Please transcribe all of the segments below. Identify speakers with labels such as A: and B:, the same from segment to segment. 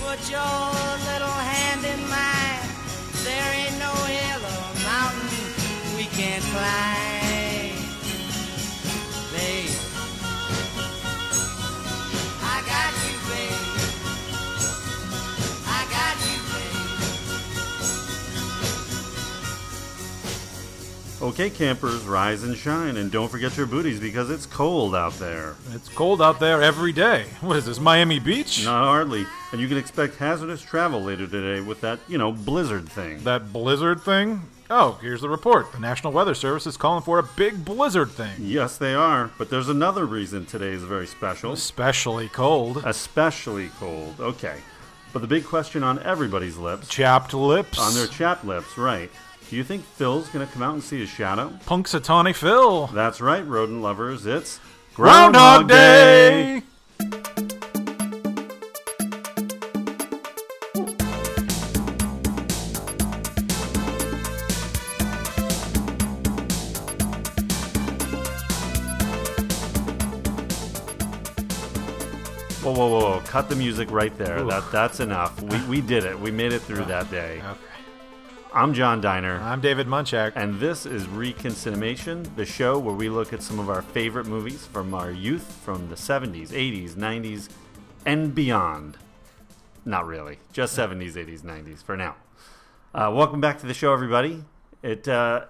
A: put your little hand in mine. There ain't no hill or mountain we can't climb. Babe, I got you, babe. I got you, babe.
B: Okay, campers, rise and shine, and don't forget your booties because it's cold out there.
C: It's cold out there every day. What is this, Miami Beach?
B: Not hardly, and you can expect hazardous travel later today with that, you know, blizzard thing.
C: That blizzard thing? Oh, here's the report. The National Weather Service is calling for a big blizzard thing.
B: Yes, they are, but there's another reason today is very special.
C: Especially cold.
B: Uh, Especially cold, okay. But the big question on everybody's lips,
C: Chapped lips.
B: on their chap lips, right. Do you think Phil's gonna come out and see his shadow?
C: Punxsutawney Phil.
B: That's right, rodent lovers, it's
C: Groundhog Day!
B: Whoa, whoa, whoa, whoa. Cut the music right there.
C: Oof.
B: That That's enough. We, we did it. We made it through that day.
C: Okay.
B: I'm John Diner,
C: I'm David Munchak.
B: and this is Reconcinimation, the show where we look at some of our favorite movies from our youth from the 70s, 80s, 90s, and beyond. Not really. Just 70s, 80s, 90s for now. Uh, welcome back to the show, everybody. It, uh,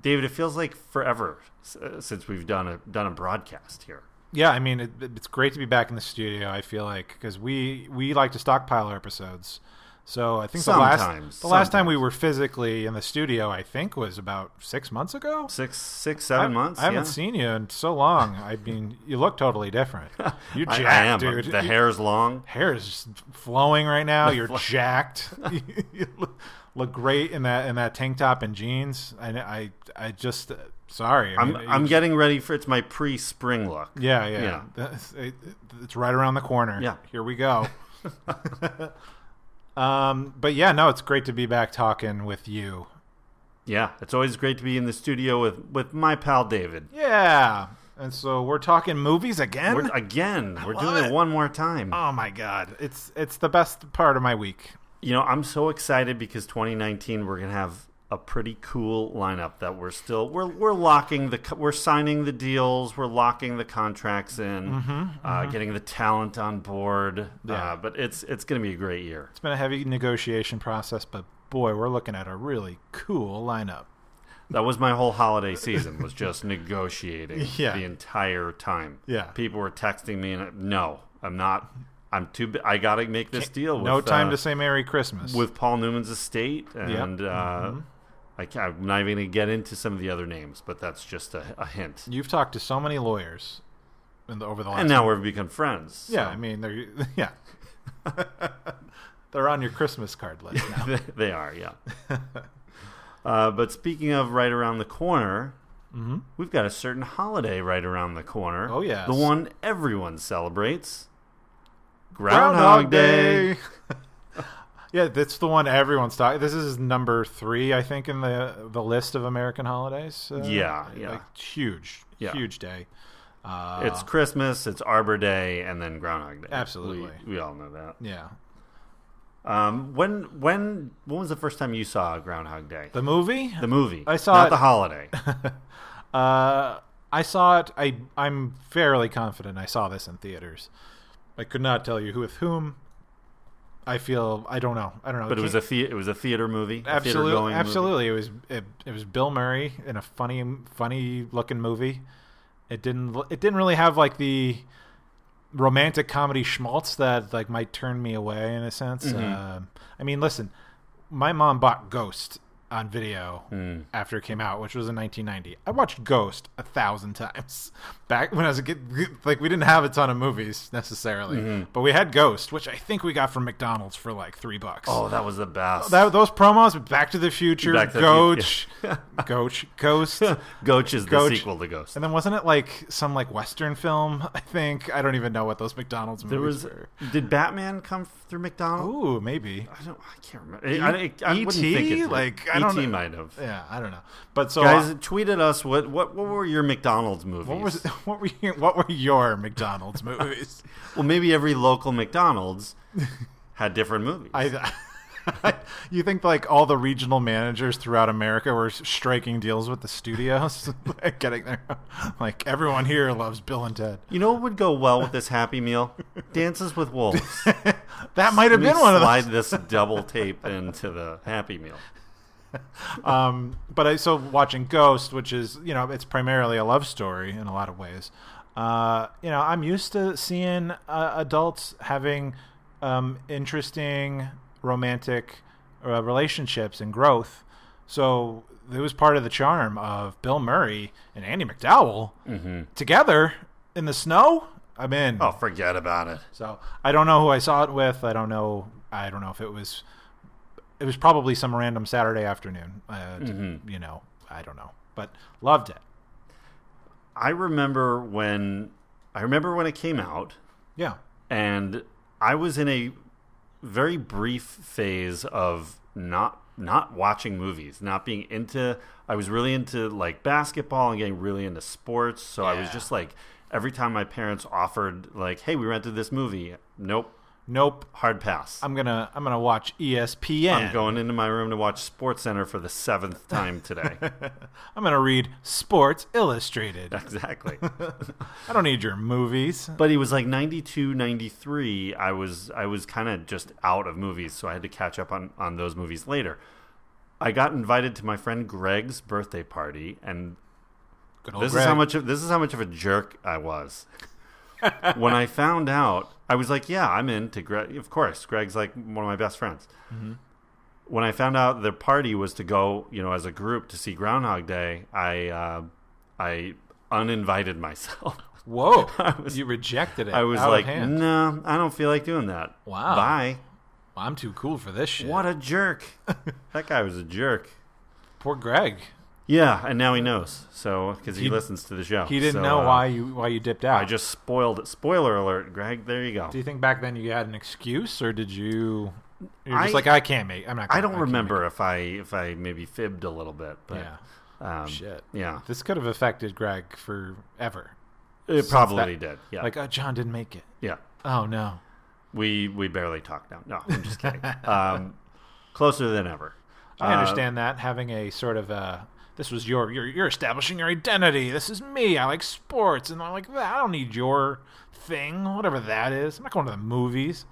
B: David, it feels like forever s- uh, since we've done a, done a broadcast here.
C: Yeah, I mean, it, it's great to be back in the studio. I feel like because we we like to stockpile our episodes. So I think the last the
B: Sometimes,
C: last time we
B: sometimes.
C: were physically in the studio, I think was about six months ago.
B: Six, six, seven
C: I-
B: months.
C: I haven't
B: yeah.
C: seen you in so long. I mean, you look totally different. You're
B: I-
C: jacked,
B: I am.
C: dude.
B: The
C: You-
B: hair's long.
C: hair is just flowing right now. You're jacked. you look, look great in that in that tank top and jeans. I I, I just uh, sorry. I
B: I'm,
C: mean,
B: I'm
C: it's-
B: getting ready for it's my pre-spring look.
C: Yeah, yeah.
B: Yeah.
C: That's- it- It's right around the corner.
B: Yeah.
C: Here we go. um, but yeah, no, it's great to be back talking with you.
B: Yeah, it's always great to be in the studio with with my pal David.
C: Yeah. And so we're talking movies again.
B: We're, again, we're
C: love
B: doing it
C: it.
B: one more time.
C: oh my god, it's it's the best part of my week.
B: You know, I'm so excited because 2019 we're gonna have a pretty cool lineup that we're still we're we're locking the co- we're signing the deals, we're locking the contracts in, uh, getting the talent on board.
C: Yeah.
B: Uh, but it's it's gonna be a great year.
C: It's been a heavy negotiation process, but boy, we're looking at a really cool lineup.
B: That was my whole holiday season was just negotiating
C: Yeah.
B: the entire time.
C: Yeah.
B: people were texting me, and I- no, I'm not. I'm too. bu- I gotta make this deal. With,
C: no time
B: uh,
C: to say Merry Christmas.
B: with Paul Newman's estate, and uh,
C: Mm-hmm.
B: I can't, I'm not even gonna get into some of the other names, but that's just a, a hint.
C: you've talked to so many lawyers in the, over the last
B: And now we've become friends.
C: Yeah, I mean they're yeah. they're on your Christmas card list now.
B: They- they are, yeah. uh, but speaking of right around the corner, we've got a certain holiday right around the corner.
C: Mm-hmm. Oh, yes.
B: the one everyone celebrates.
C: yeah, that's the one everyone's talking. This is number three, I think, in the the list of American holidays. Uh,
B: Yeah, yeah.
C: like, huge,
B: Yeah.
C: huge day. Uh,
B: It's Christmas, it's Arbor Day, and then Groundhog Day.
C: Absolutely.
B: we, we all know that.
C: yeah,
B: Um, when when when was the first time you saw Groundhog Day?
C: the movie.
B: The movie.
C: I saw
B: not
C: it-
B: the holiday.
C: Uh, I saw it. I I'm fairly confident I saw this in theaters. I could not tell you who with whom. I feel I don't know. I don't know.
B: But it
C: Can't-
B: was a the, it was a theater movie. a theater-going
C: Absolutely,
B: movie.
C: absolutely. It was it, it was Bill Murray in a funny, funny looking movie. It didn't l- it didn't really have like the romantic comedy schmaltz that like might turn me away in a sense.
B: Mm-hmm.
C: Um, I mean, listen, my mom bought Ghost on video
B: Mm.
C: after it came out, which was in 1990. I watched Ghost a thousand times back when I was a kid. Like we didn't have a ton of movies necessarily,
B: Mm-hmm.
C: but we had Ghost, which I think we got from McDonald's for like three bucks.
B: Oh, that was the best.
C: That, those promos, Back to the Future,
B: Back to the
C: Goach, Goach, Ghost, and
B: Goach is
C: Goach.
B: the sequel to Ghost.
C: then wasn't it like some like Western film? I think I don't even know what those McDonald's
B: There
C: movies
B: was. Did Batman come through
C: were.
B: McDonald's?
C: Ooh, maybe.
B: I don't. I can't remember. I, I, I wouldn't
C: E.T.?
B: think it did.
C: E Like, I
B: E.T.
C: don't know.
B: might have.
C: Yeah, I don't know. But so uh,
B: Guys, tweet at us what, what what were your McDonald's movies?
C: what was what were your, what were your McDonald's movies?
B: Well, maybe every local McDonald's had different movies.
C: I, you think like all the regional managers throughout America were striking deals with the studios, like, getting their like everyone here loves Bill and Ted.
B: you know what would go well with this Happy Meal? Dances with Wolves.
C: That might
B: Let
C: have
B: me
C: been one of
B: slide
C: those.
B: this double tape into the Happy Meal.
C: Um, but I so watching Ghost, which is you know it's primarily a love story in a lot of ways. Uh, you know, I'm used to seeing uh, adults having um, interesting romantic uh, relationships and growth. So it was part of the charm of Bill Murray and Andy McDowell together in the snow. I'm in.
B: Oh, forget about it.
C: So I don't know who I saw it with. I don't know. I don't know if it was. It was probably some random Saturday afternoon. Uh, d-
B: Mm-hmm.
C: You know, I don't know, but loved it.
B: I remember when I remember when it came out,
C: Yeah,
B: and I was in a very brief phase of not not watching movies, not being into. I was really into like basketball and getting really into sports, so I was
C: Yeah.
B: just like every time my parents offered like, "Hey, we rented this movie." Nope,
C: nope.
B: hard pass.
C: I'm gonna I'm gonna watch E ESPN.
B: I'm going into my room to watch Sports Center for the seventh time today.
C: I'm gonna read Sports Illustrated.
B: exactly.
C: I don't need your movies.
B: But it was like 92, 93. I was I was kind of just out of movies, so I had to catch up on on those movies later. I got invited to my friend Greg's birthday party, and
C: Good old
B: this
C: Oh, Greg.
B: is how much of, this is how much of a jerk I was. when I found out, I was like, "Yeah, I'm in to Greg." Of course, Greg's like one of my best friends. When I found out their party was to go, you know, as a group to see Groundhog Day, I uh, I uninvited myself.
C: Whoa!
B: was-
C: you rejected it.
B: I was
C: out of
B: like,
C: hand.
B: no, I don't feel like doing that.
C: Wow.
B: Bye.
C: I'm too cool for this shit.
B: What a jerk. that guy was a jerk.
C: poor Greg.
B: Yeah, and now he knows. So because he,
C: He-
B: listens to the show,
C: He didn't
B: So,
C: know
B: uh,
C: why you why you dipped out.
B: I just spoiled it. Spoiler alert, Greg. There you go.
C: Do you think back then you had an excuse, or did you? You're just
B: I-
C: like I can't make. I'm not. Gonna,
B: I don't
C: can't
B: remember if I if I maybe fibbed a little bit,
C: make-
B: but
C: yeah.
B: um,
C: Shit.
B: yeah,
C: This could have affected Greg forever.
B: it probably
C: that-
B: did. Yeah,
C: Like, oh, John didn't make it.
B: yeah.
C: Oh no.
B: We we barely talk now. No, I'm just kidding. um, closer than ever.
C: I
B: Uh,
C: understand that having a sort of uh this was your you're you're establishing your identity. This is me. I like sports, and I'm like "Well, I don't need your thing, whatever that is. I'm not going to the movies.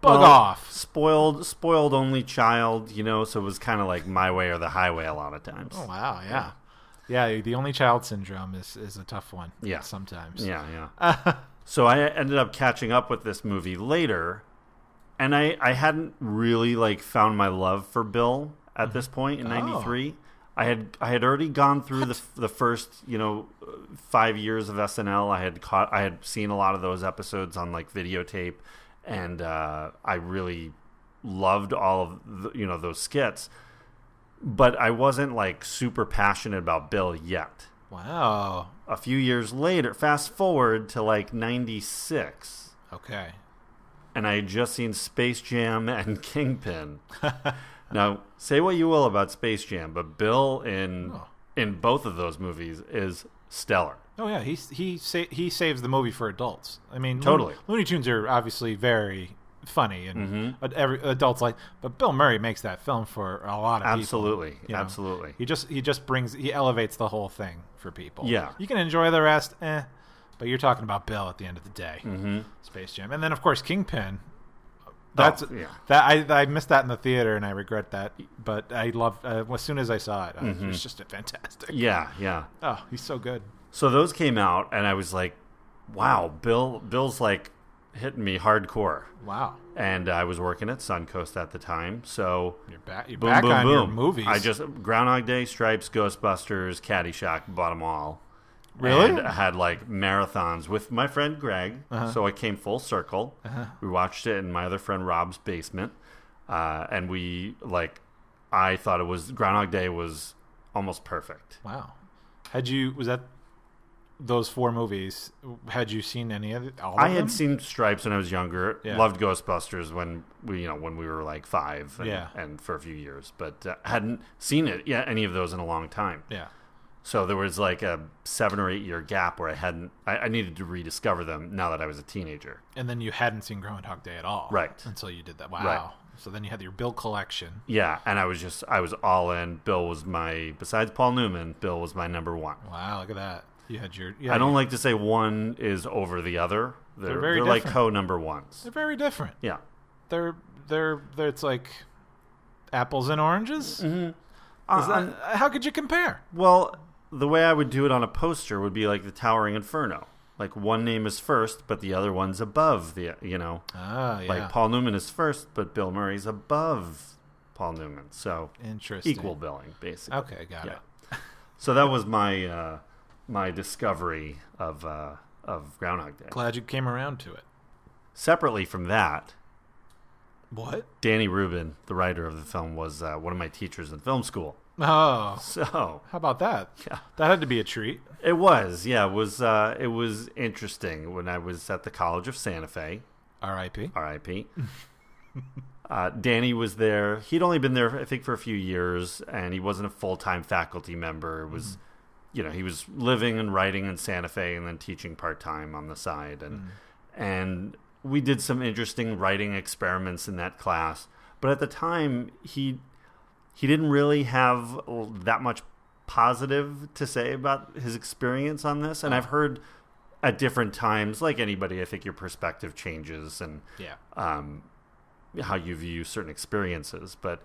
C: Bug
B: Well,
C: off.
B: Spoiled, spoiled only child, you know, so it was kind of like my way or the highway a lot of times.
C: Oh, wow. Yeah. Yeah. The only child syndrome is is a tough one.
B: Yeah.
C: Sometimes.
B: Yeah, yeah. so I ended up catching up with this movie later, and I, I hadn't really like found my love for Bill at this point in '93. I had I had already gone through the the first you know uh, five years of SNL. I had caught I had seen a lot of those episodes on like videotape, and uh, I really loved all of the, you know those skits. But I wasn't like super passionate about Bill yet
C: Wow.
B: a few years later, fast forward to like 96,
C: Okay.
B: and I had just seen Space Jam and Kingpin. now, say what you will about Space Jam, but Bill in
C: Oh.
B: in both of those movies is stellar.
C: Oh yeah, he he sa- he saves the movie for adults. I mean, Loon-
B: Totally.
C: Looney Tunes are obviously very funny and
B: Mm-hmm.
C: ad- every adults like, but Bill Murray makes that film for a lot of
B: Absolutely.
C: people. you know?
B: absolutely.
C: He just he just brings he elevates the whole thing for people.
B: Yeah.
C: you can enjoy the rest, eh? But you're talking about Bill at the end of the day. Mm-hmm. Space Jam, and then of course Kingpin. That's
B: Oh, yeah.
C: that I I missed that in the theater and I regret that, but I loved uh, as soon as I saw it, I
B: Mm-hmm.
C: was- it was just fantastic.
B: Yeah, yeah.
C: Oh, he's so good.
B: So those came out and I was like, wow, Bill Bill's like hitting me hardcore.
C: Wow.
B: And I was working at Suncoast at the time, so
C: You're back. You're
B: boom,
C: back
B: boom,
C: on
B: boom.
C: your movies.
B: I just Groundhog Day, Stripes, Ghostbusters, Caddyshack, bought them all.
C: Really?
B: And I had like marathons with my friend Greg,
C: Uh-huh.
B: so I came full circle. We watched it in my other friend Rob's basement, uh, and we like, I thought it was Groundhog Day was almost perfect.
C: wow. Had you was that those four movies? Had you seen any of it? All of
B: I
C: them?
B: had seen Stripes when I was younger.
C: Yeah.
B: Loved Ghostbusters when we, you know, when we were like five, and,
C: Yeah.
B: and for a few years, but uh, hadn't seen it yeah any of those in a long time.
C: Yeah.
B: So there was like a seven or eight year gap where I hadn't, I, I needed to rediscover them now that I was a teenager.
C: And then you hadn't seen Groundhog Day at all,
B: Right.
C: Until you did that. Wow.
B: Right.
C: So then you had your Bill collection.
B: Yeah, and I was just, I was all in. Bill was my, besides Paul Newman, Bill was my number one.
C: Wow, look at that. You had your. You
B: I
C: had
B: don't
C: your-
B: like to say one is over the other. They're, they're,
C: very
B: like
C: different.
B: co number ones.
C: They're very different.
B: Yeah.
C: They're they're, they're it's like apples and oranges. Is
B: Uh,
C: that-
B: and-
C: how could you compare?
B: well, the way I would do it on a poster would be like the Towering Inferno. Like one name is first, but the other one's above the, you know,
C: Ah, yeah.
B: like Paul Newman is first, but Bill Murray's above Paul Newman. So
C: Interesting.
B: equal billing, basically.
C: Okay, got
B: Yeah.
C: it.
B: So that was my uh, my discovery of uh, of Groundhog Day.
C: Glad you came around to it.
B: Separately from that,
C: What?
B: Danny Rubin, the writer of the film, was uh, one of my teachers in film school.
C: Oh,
B: So
C: how about that?
B: Yeah.
C: That had to be a treat.
B: it was, yeah, it was uh, it was interesting when I was at the College of Santa Fe,
C: R.I.P.
B: R.I.P. uh, Danny was there. He'd only been there, I think, for a few years, and he wasn't a full time faculty member. It was, you know, he was living and writing in Santa Fe and then teaching part time on the side, and and we did some interesting writing experiments in that class. But at the time, he he didn't really have l- that much positive to say about his experience on this, and I've heard. At different times, like anybody, I think your perspective changes, and
C: Yeah.
B: um, how you view certain experiences. But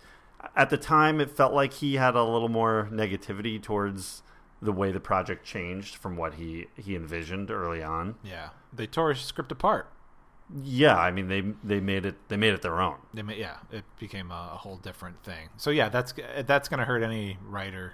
B: at the time, it felt like he had a little more negativity towards the way the project changed from what he, he envisioned early on.
C: Yeah. They tore his script apart.
B: Yeah, I mean they they made it they made it their own.
C: They ma- yeah, it became a, a whole different thing. So yeah, that's g- that's gonna hurt any writer,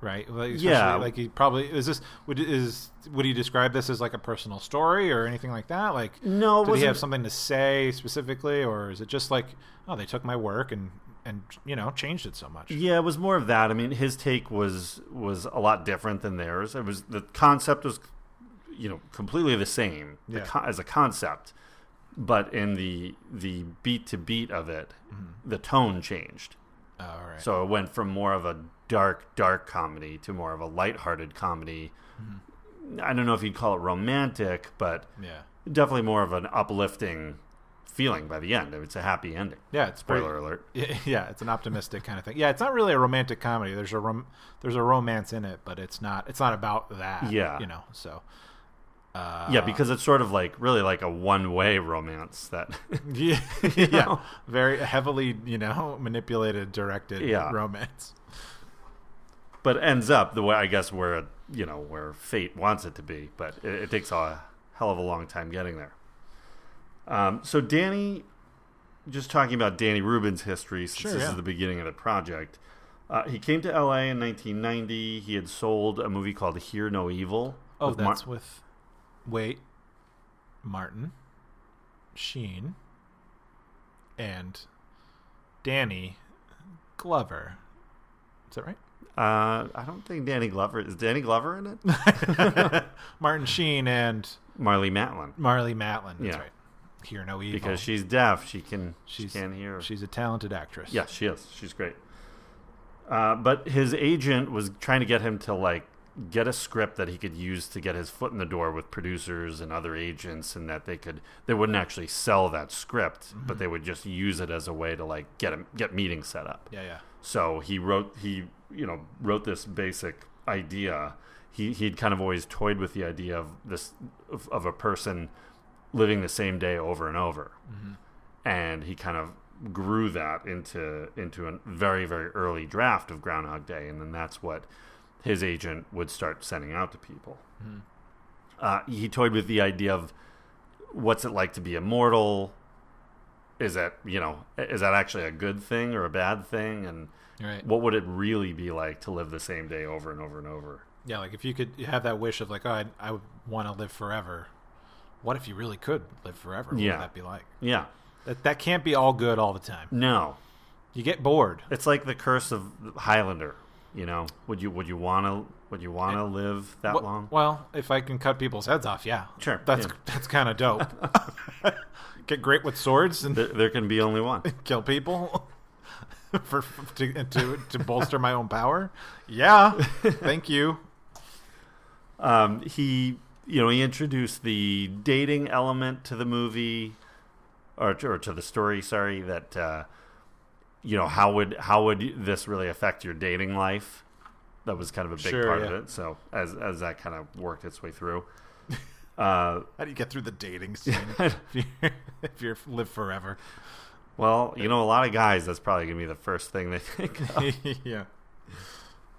C: right? Like, especially,
B: Yeah.
C: like he probably is this would is would he describe this as like a personal story or anything like that? Like
B: No, it
C: did he
B: wasn't-
C: have something to say specifically, or is it just like oh they took my work and and you know changed it so much?
B: Yeah, it was more of that. I mean, his take was was a lot different than theirs. It was the concept was, you know, completely the same the
C: Yeah.
B: co- as a concept, but in the the beat to beat of it, the tone changed.
C: All right.
B: So it went from more of a dark, dark comedy to more of a lighthearted comedy.
C: Mm-hmm.
B: I don't know if you'd call it romantic, but
C: yeah.
B: definitely more of an uplifting feeling by the end. It's a happy ending.
C: Yeah, it's pretty-
B: Spoiler alert.
C: Yeah, yeah, it's an optimistic kind of thing. Yeah, it's not really a romantic comedy. There's a rom- there's a romance in it, but it's not it's not about that.
B: Yeah.
C: you know. So uh,
B: yeah, because it's sort of like really like a one way romance that
C: yeah, yeah, very heavily you know manipulated, directed
B: Yeah.
C: romance.
B: but ends up the way I guess where you know, where fate wants it to be, but it, it takes a hell of a long time getting there. Um, so Danny, just talking about Danny Rubin's history since
C: Sure,
B: this
C: yeah.
B: is the beginning of the project. Uh, he came to LA in 1990. He had sold a movie called Hear No Evil.
C: Oh,
B: with Mar-
C: that's with wait, Martin, Sheen, and Danny Glover. Is that right?
B: uh, I don't think Danny Glover is Danny Glover in it.
C: Martin Sheen and
B: Marley Matlin,
C: Marley Matlin. That's
B: Yeah.
C: right. Hear no evil.
B: because she's deaf, she can
C: She's-
B: she can't hear.
C: She's a talented actress.
B: Yeah, she is. She's great. Uh, but his agent was trying to get him to like get a script that he could use to get his foot in the door with producers and other agents, and that they could they wouldn't actually sell that script, but they would just use it as a way to like get him get meetings set up.
C: Yeah, yeah.
B: So he wrote he you know wrote this basic idea. He he'd kind of always toyed with the idea of this of, of a person living the same day over and over, and he kind of grew that into into a very very early draft of Groundhog Day, and then that's what his agent would start sending out to people. Uh, he toyed with the idea of what's it like to be immortal. Is that you know is that actually a good thing or a bad thing? And
C: You're right.
B: what would it really be like to live the same day over and over and over?
C: yeah, like if you could have that wish of like, oh, I, I want to live forever. What if you really could live forever? What
B: Yeah.
C: would that be like?
B: Yeah.
C: That that can't be all good all the time.
B: No.
C: You get bored.
B: It's like the curse of Highlander, you know. Would you would you want to would you want to live that
C: Wh-
B: long?
C: Well, if I can cut people's heads off, yeah,
B: Sure,
C: That's
B: yeah.
C: that's kind of dope. get great with swords and
B: There, there can be only one.
C: kill people. for to, to to bolster my own power. Yeah, thank you.
B: Um, he, you know, he introduced the dating element to the movie, or to, or to the story. Sorry, that uh, you know how would how would this really affect your dating life? That was kind of a big
C: Sure,
B: part
C: yeah.
B: of it. So as as that kind of worked its way through, uh,
C: How do you get through the dating scene if you if you live forever?
B: well, you know, a lot of guys that's probably gonna be the first thing they think of.
C: yeah.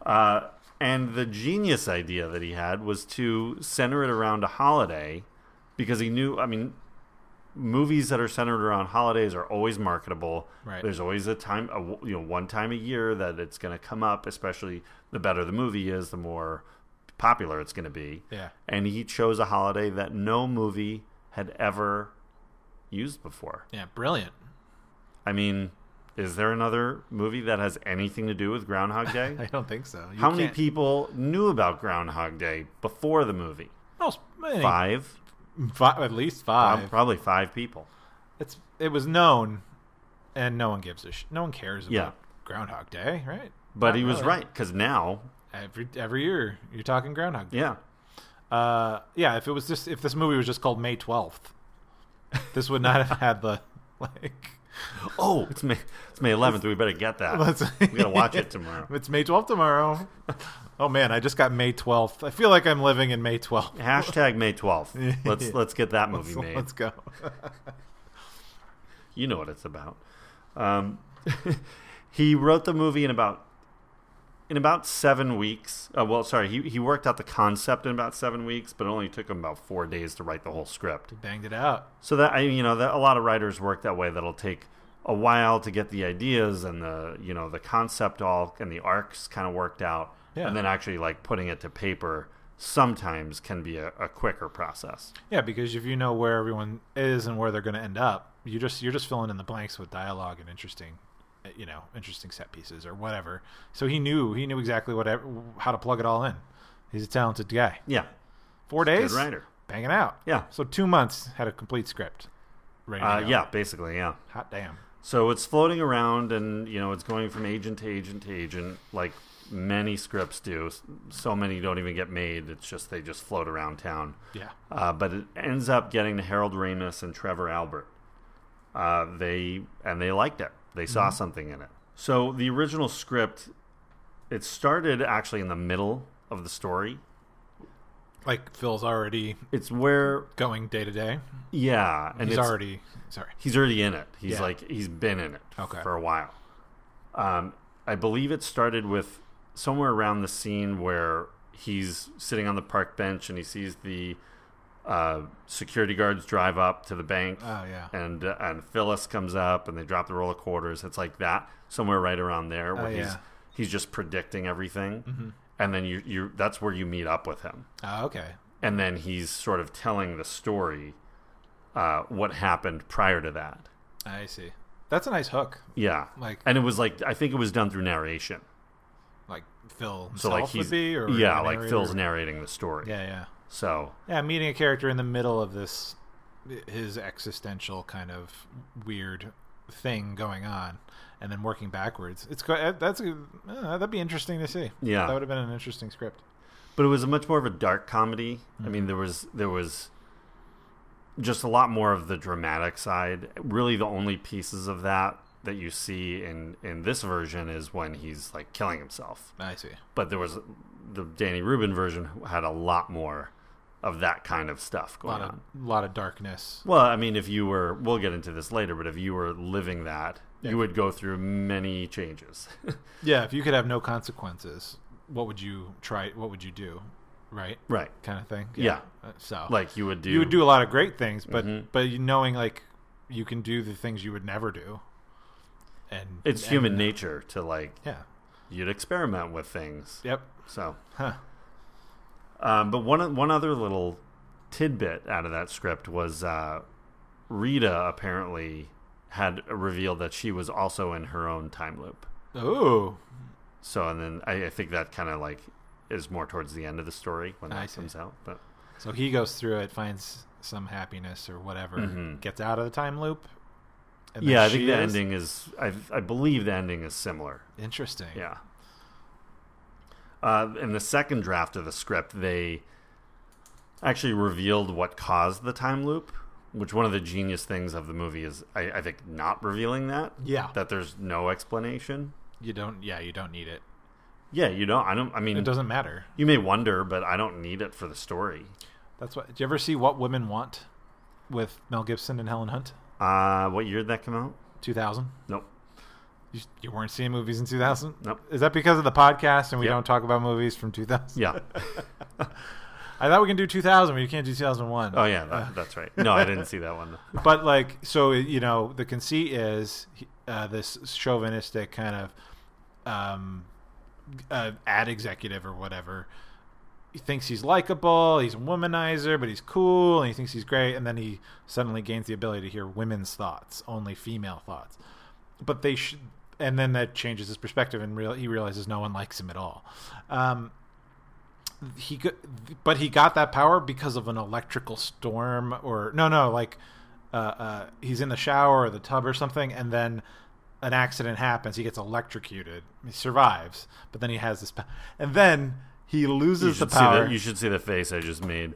B: Uh, and the genius idea that he had was to center it around a holiday because he knew, I mean, movies that are centered around holidays are always marketable.
C: Right.
B: There's always a time, a, you know, one time a year that it's going to come up, especially the better the movie is, the more popular it's going to be.
C: Yeah.
B: And he chose a holiday that no movie had ever used before.
C: Yeah, brilliant.
B: I mean, is there another movie that has anything to do with Groundhog Day?
C: I don't think so. You
B: How many
C: can't-
B: people knew about Groundhog Day before the movie?
C: Oh, many-
B: Five,
C: Fi- at least
B: Um,
C: five.
B: probably five people.
C: it's it was known, and no one gives a sh- no one cares about
B: Yeah.
C: Groundhog Day, right?
B: But
C: Not
B: he was
C: really.
B: right because now,
C: Every every year you're talking Groundhog Day.
B: yeah,
C: Uh, yeah. If it was just if this movie was just called May twelfth, this would not have had the like.
B: oh, it's May, it's May 11th. We better get that.
C: Let's-
B: we gotta watch it tomorrow.
C: It's May twelfth tomorrow. oh man, I just got May twelfth. I feel like I'm living in May twelfth.
B: Hashtag May 12th. Let's let's get that movie
C: So
B: made.
C: let's go.
B: You know what it's about. Um, he wrote the movie in about in about seven weeks. Uh, well, sorry, he he worked out the concept in about seven weeks, but it only took him about four days to write the whole script.
C: Banged it out.
B: So that I, you know, that a lot of writers work that way. That'll take a while to get the ideas and the you know the concept all and the arcs kind of worked out,
C: Yeah.
B: and then actually like putting it to paper sometimes can be a, a quicker process.
C: Yeah, because if you know where everyone is and where they're going to end up, you just you're just filling in the blanks with dialogue and interesting, uh, you know, interesting set pieces or whatever. So he knew he knew exactly what ev- how to plug it all in. He's a talented guy.
B: Yeah,
C: Four
B: good
C: days,
B: writer.
C: banging out.
B: Yeah,
C: So two months had a complete script. Ready to
B: uh,
C: go.
B: yeah, basically, yeah.
C: Hot damn.
B: So it's floating around, and you know it's going from agent to agent to agent, like many scripts do. S- So many don't even get made. It's just they just float around town.
C: Yeah.
B: Uh, but it ends up getting to Harold Ramis and Trevor Albert. Uh, they and they liked it. They saw
C: Mm-hmm.
B: something in it. So the original script, it started actually in the middle of the story.
C: Like Phil's already
B: It's where
C: going day to day.
B: yeah, and
C: He's
B: it's,
C: already sorry.
B: he's already in it. He's
C: Yeah.
B: like he's been in it
C: Okay.
B: for a while. Um, I believe it started with somewhere around the scene where he's sitting on the park bench and he sees the uh, security guards drive up to the bank.
C: Oh yeah.
B: and uh, and Phyllis comes up and they drop the roll of quarters. It's like that somewhere right around there where
C: Oh,
B: he's
C: yeah. Mm-hmm.
B: he's just predicting everything, and then you you that's where you meet up with him,
C: Oh, okay.
B: and then he's sort of telling the story, uh, what happened prior to that.
C: I see. That's a nice hook.
B: Yeah,
C: Like-
B: and it was like I think it was done through narration.
C: Like Phil himself
B: So like he's
C: would be, or
B: yeah,
C: a
B: like
C: narrator?
B: Phil's narrating the story.
C: Yeah, yeah.
B: So
C: Yeah, meeting a character in the middle of this, his existential kind of weird thing going on, and then working backwards. It's quite, that's a, uh, that'd be interesting to see.
B: Yeah.
C: that would have been an interesting script.
B: but it was a much more of a dark comedy. I
C: Mm-hmm.
B: mean, there was there was just a lot more of the dramatic side. Really, the only pieces of that that you see in in this version is when he's like killing himself.
C: I see.
B: But there was the Danny Rubin version had a lot more of that kind of stuff
C: A
B: going
C: lot
B: on.
C: of lot of darkness.
B: Well, I mean, if you were, we'll get into this later, but if you were living that,
C: Yeah.
B: you would go through many changes.
C: Yeah, if you could have no consequences, what would you try? What would you do? Right,
B: right.
C: kind of thing.
B: Yeah.
C: Uh, So
B: Like you would do.
C: you Mm-hmm. would do a lot of great things, but but you knowing like you can do the things you would never do, and
B: It's
C: and-
B: human nature to like,
C: Yeah.
B: you'd experiment with things.
C: Yep.
B: So,
C: Huh.
B: um, but one one other little tidbit out of that script was uh, Rita apparently had revealed that she was also in her own time loop.
C: Oh,
B: So, and then I, I think that kind of like is more towards the end of the story when that
C: I see.
B: comes out. But
C: so he goes through it, finds some happiness or whatever,
B: Mhm.
C: gets out of the time loop, And then
B: Yeah, I
C: she
B: think the
C: is?
B: ending is. I, I believe the ending is similar.
C: Interesting.
B: Yeah. Uh, in the second draft of the script, they actually revealed what caused the time loop, which one of the genius things of the movie is, I, I think, not revealing that.
C: Yeah.
B: That there's no explanation.
C: You don't. Yeah, you don't need it.
B: Yeah, you don't. I don't. I mean,
C: It doesn't matter.
B: you may wonder, but I don't need it for the story.
C: That's what. Did you ever see What Women Want with Mel Gibson and Helen Hunt?
B: Uh, what year did that come out?
C: Two thousand.
B: Nope.
C: You, you weren't seeing movies in two thousand.
B: Nope.
C: Is that because of the podcast and we
B: Yep.
C: don't talk about movies from two thousand?
B: Yeah.
C: I thought we can do two thousand, but you can't do two thousand one.
B: Oh yeah, that, that's right. No, I didn't see that one.
C: but like so you know the conceit is uh, this chauvinistic kind of um, uh, ad executive or whatever he thinks he's likable he's a womanizer but he's cool and he thinks he's great and then he suddenly gains the ability to hear women's thoughts only female thoughts but they sh- and then that changes his perspective and real he realizes no one likes him at all um, he got, but he got that power because of an electrical storm or no no like uh, uh, he's in the shower or the tub or something and then an accident happens he gets electrocuted he survives but then he has this power and then he
B: You
C: loses the
B: should, see
C: power
B: the, you should see the face I just made.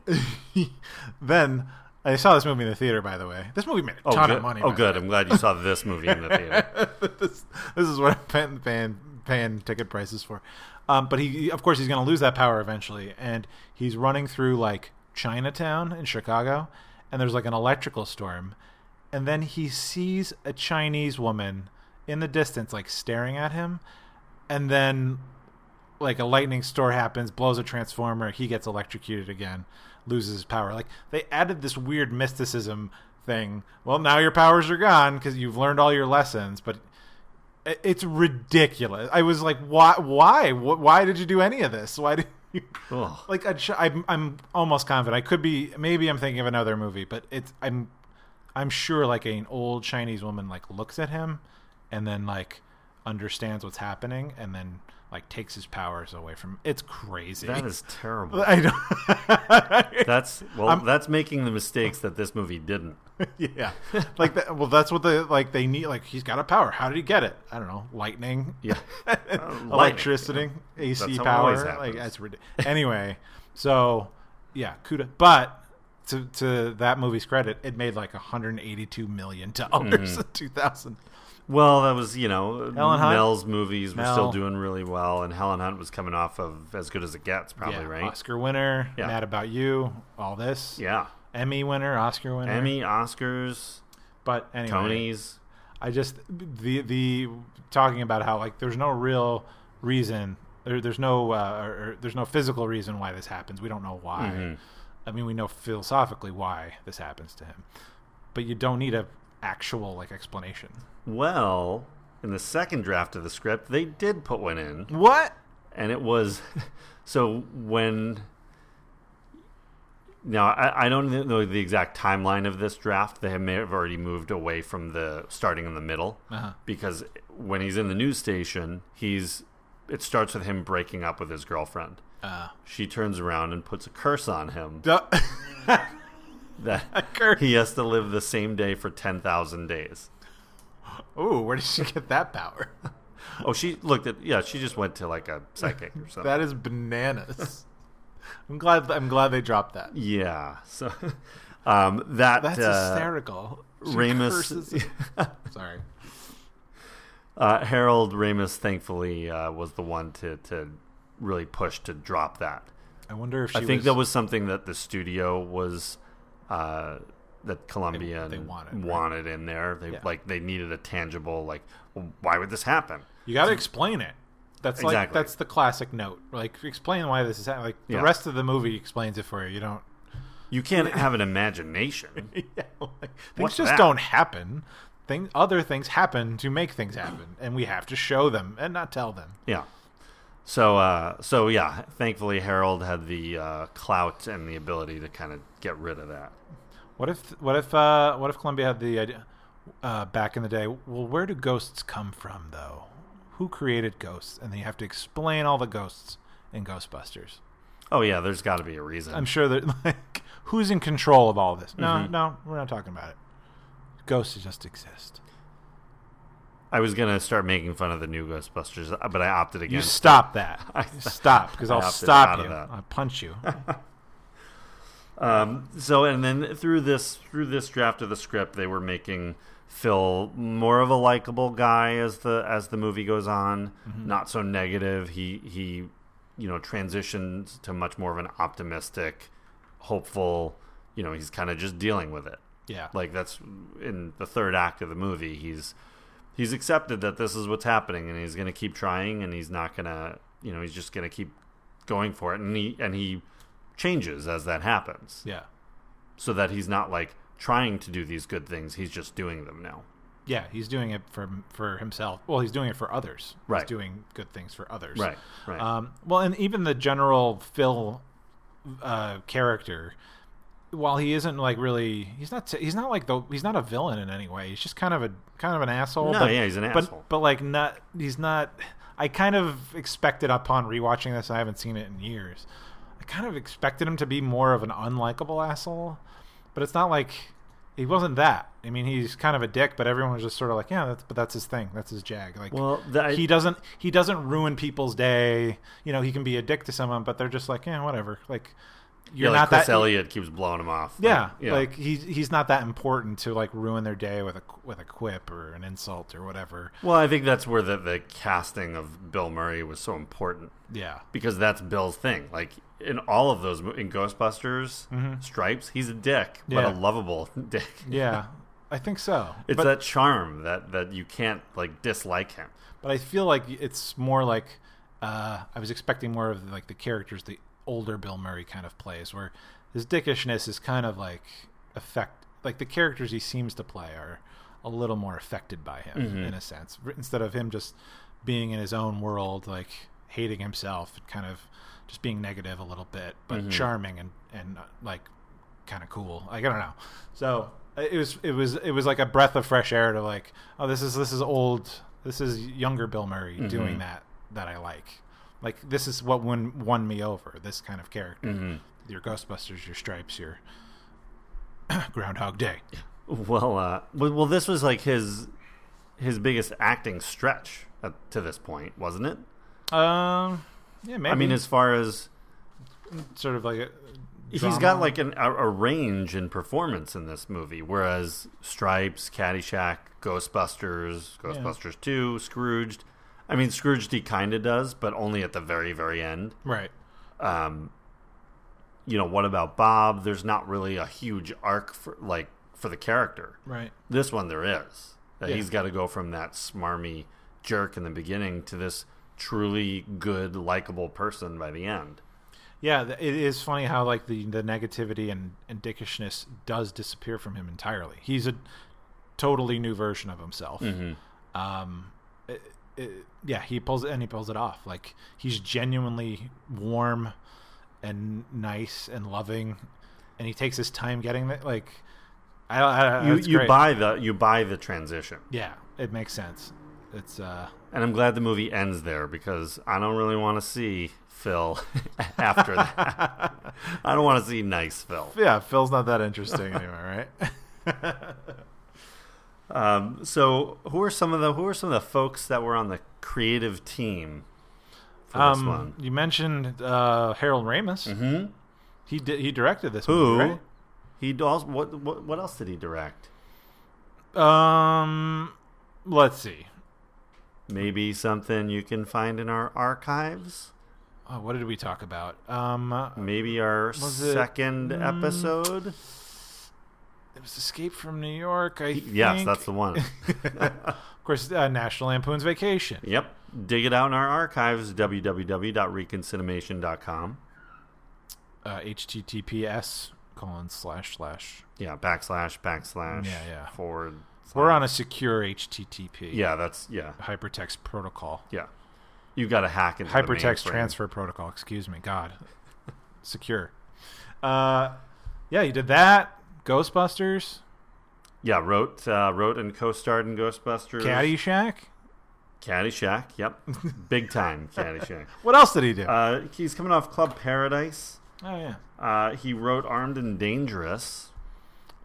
C: then I saw this movie in the theater by the way this movie made a
B: Oh,
C: ton
B: good.
C: of money
B: oh,
C: by
B: good. I'm glad you saw this movie in the theater.
C: this, this is what I'm paying, paying, paying ticket prices for. Um, but he, of course, he's going to lose that power eventually, and he's running through like Chinatown in Chicago, and there's like an electrical storm, and then he sees a Chinese woman in the distance, like staring at him, and then like a lightning storm happens, blows a transformer, he gets electrocuted again, loses his power. Like they added this weird mysticism thing. Well, now your powers are gone because you've learned all your lessons, but i- it's ridiculous. I was like, why? Why? Wh- Why did you do any of this? Why did you?
B: Ugh.
C: Like a chi- I'm, I'm almost confident. I could be. Maybe I'm thinking of another movie, but it's. I'm. I'm sure like an old Chinese woman like looks at him, and then like understands what's happening, and then like takes his powers away from. It's crazy.
B: That is terrible.
C: I don't.
B: That's well. that's making the mistakes that this movie didn't.
C: yeah. Like that. Well, that's what the like they need. Like he's got a power. How did he get it? I don't know. Lightning.
B: Yeah. Uh,
C: electricity, AC
B: That's how it
C: power.
B: always
C: Like
B: happens.
C: that's ridiculous. anyway, so yeah, kuda. But to to that movie's credit, it made like 182 million
B: Hmm.
C: dollars in 2000.
B: Well, that was you know
C: Helen Hunt?
B: Mel's movies were
C: Mel.
B: still doing really well, and Helen Hunt was coming off of as good as it gets, probably
C: yeah,
B: right.
C: Oscar winner.
B: Yeah.
C: Mad about you. All this.
B: Yeah,
C: Emmy winner. Oscar winner.
B: Emmy, Oscars,
C: But anyway,
B: Tonys.
C: I just the the talking about how like there's no real reason there, there's no uh, or, or there's no physical reason why this happens. We don't know why. I mean, we know philosophically why this happens to him, but you don't need a actual like explanation.
B: Well, in the second draft of the script, they did put one in.
C: What?
B: and it was so when now I, I don't know the exact timeline of this draft they may have already moved away from the starting in the middle
C: Uh-huh.
B: because when he's in the news station he's it starts with him breaking up with his girlfriend
C: Uh,
B: she turns around and puts a curse on him that
C: curse.
B: he has to live the same day for 10,000 days
C: oh, where did she get that power?
B: oh she looked at yeah she just went to like a psychic or something
C: That is bananas. I'm glad. I'm glad they dropped that.
B: yeah so um, that
C: That's
B: uh,
C: hysterical. She curses-
B: Ramus,
C: Sorry.
B: uh, Harold Ramus, thankfully, uh, was the one to, to really push to drop that.
C: I wonder if she
B: I think
C: was...
B: that was something that the studio was, uh, that Columbia
C: They- they
B: and
C: wanted, right?
B: in there. They
C: Yeah.
B: like they needed a tangible like, w- why would this happen?
C: You got to explain it. That's like
B: Exactly.
C: that's the classic note. Like explain why this is happening. Like the
B: Yeah.
C: rest of the movie explains it for you. You don't.
B: You can't have an imagination.
C: yeah, like, things
B: What's
C: just
B: that?
C: don't happen. Things other things happen to make things happen, and we have to show them and not tell them.
B: Yeah. So uh, so yeah, thankfully Harold had the uh, clout and the ability to kind of get rid of that.
C: What if what if uh, what if Columbia had the idea uh, back in the day? Well, where do ghosts come from, though? Who created ghosts? And then you have to explain all the ghosts in Ghostbusters.
B: Oh yeah, there's got to be a reason.
C: I'm sure that like
B: Mm-hmm.
C: who's in control of all this? No, no, we're not talking about it. Ghosts just exist.
B: I was gonna start making fun of the new Ghostbusters, uh, but I opted
C: You
B: against.
C: stop that. stop, because
B: I
C: I'll
B: opted out
C: stop
B: of
C: you.
B: that.
C: I'll punch you.
B: Um, so and then through this through this draft of the script, they were making Phil more of a likable guy as the as the movie goes on, not so negative. He he, you know, transitioned to much more of an optimistic, hopeful. You know, he's kind of just dealing with it.
C: Yeah.
B: Like that's in the third act of the movie. He's he's accepted that this is what's happening, and he's going to keep trying, and he's not going to, you know, he's just going to keep going for it, and he and he changes as that happens,
C: yeah.
B: so that he's not like trying to do these good things. He's just doing them now.
C: Yeah, he's doing it for for himself. Well, he's doing it for others.
B: Right.
C: He's doing good things for others.
B: Right, right.
C: Um, well, and even the general Phil uh, character, while he isn't like really, he's not he's not like the he's not a villain in any way. He's just kind of a kind of an asshole.
B: No,
C: but,
B: yeah, he's an
C: but-
B: asshole.
C: But like not he's not. I kind of expected upon rewatching this. I haven't seen it in years. I kind of expected him to be more of an unlikable asshole, but it's not like he wasn't that. I mean, he's kind of a dick, but everyone was just sort of like, yeah, that's but that's his thing. That's his jag. Like,
B: Well, that-
C: he doesn't he doesn't ruin people's day. You know, he can be a dick to someone, but they're just like, yeah, whatever. Like,
B: Yeah,
C: you're
B: like
C: not
B: Chris
C: that.
B: Elliott keeps blowing him off.
C: yeah, like he's he's not that important to like ruin their day with a with a quip or an insult or whatever.
B: well, I think that's where the, the casting of Bill Murray was so important.
C: Yeah,
B: because that's Bill's thing. Like in all of those, mo- in Ghostbusters, Stripes, he's a dick,
C: Mm-hmm. Yeah.
B: but a lovable dick.
C: yeah, I think so.
B: It's
C: but,
B: that charm that that you can't like dislike him.
C: but I feel like it's more like uh, I was expecting more of like the characters the older Bill Murray kind of plays, where his dickishness is kind of like affect like the characters he seems to play are a little more affected by him in a sense, R- instead of him just being in his own world, like hating himself, kind of just being negative a little bit, but charming and and uh, like kind of cool. Like I don't know. So uh, it was it was it was like a breath of fresh air to like oh this is this is old this is younger Bill Murray
B: Mm-hmm.
C: doing that that I like. Like this is what won won me over. This kind of character.
B: Mm-hmm.
C: Your Ghostbusters, your Stripes, your Groundhog Day.
B: Well, uh, well, well, this was like his his biggest acting stretch up to this point, wasn't it?
C: Um, yeah, maybe.
B: I mean, as far as
C: sort of like a
B: he's
C: drama.
B: got like an, a, a range in performance in this movie, whereas Stripes, Caddyshack, Ghostbusters, Ghostbusters Two, Scrooged. I mean, Scrooged he kind of does, but only at the very, very end.
C: right.
B: um, you know, what about Bob? There's not really a huge arc for like for the character.
C: Right.
B: This one there is. That
C: Yeah.
B: He's got to go from that smarmy jerk in the beginning to this truly good, likable person by the end.
C: Yeah, th- it is funny how like the the negativity and, and dickishness does disappear from him entirely. He's a totally new version of himself. Um, it, it, yeah, he pulls it and he pulls it off. Like he's genuinely warm and nice and loving, and he takes his time getting that. Like I, I, I
B: You
C: it's
B: you
C: great.
B: buy the you buy the transition,
C: Yeah, it makes sense. It's uh,
B: and I'm glad the movie ends there because I don't really want to see Phil after that. I don't want to see nice Phil.
C: yeah, Phil's not that interesting anymore, right?
B: Um, so who are some of the who are some of the folks that were on the creative team for
C: Um,
B: this one?
C: You mentioned uh, Harold Ramis. Mm-hmm. He di- he directed this
B: Who
C: movie,
B: he also what, what what else did he direct?
C: right? Um, let's see.
B: Maybe something you can find in our archives.
C: Oh, what did we talk about? Um, uh,
B: Maybe our
C: it-
B: second episode.
C: it was Escape from New York. I
B: Yes,
C: think.
B: that's the one.
C: of course uh, National Lampoon's Vacation.
B: yep. Dig it out in our archives. www.reconcinimation.com.
C: Uh, HTTPS colon slash slash.
B: Yeah, backslash backslash.
C: Yeah, yeah.
B: Forward.
C: We're on a secure
B: Hmm.
C: HTTP.
B: Yeah, that's yeah,
C: Hypertext protocol.
B: yeah. You got to hack into the
C: hypertext
B: mainframe.
C: transfer protocol. Excuse me, God, secure. Uh, yeah, you did that. Ghostbusters,
B: Yeah, wrote uh, wrote and co-starred in Ghostbusters.
C: Caddyshack.
B: Caddyshack. Yep, big time Caddyshack.
C: What else did he do?
B: Uh, he's coming off Club Paradise.
C: oh yeah,
B: Uh, he wrote Armed and Dangerous,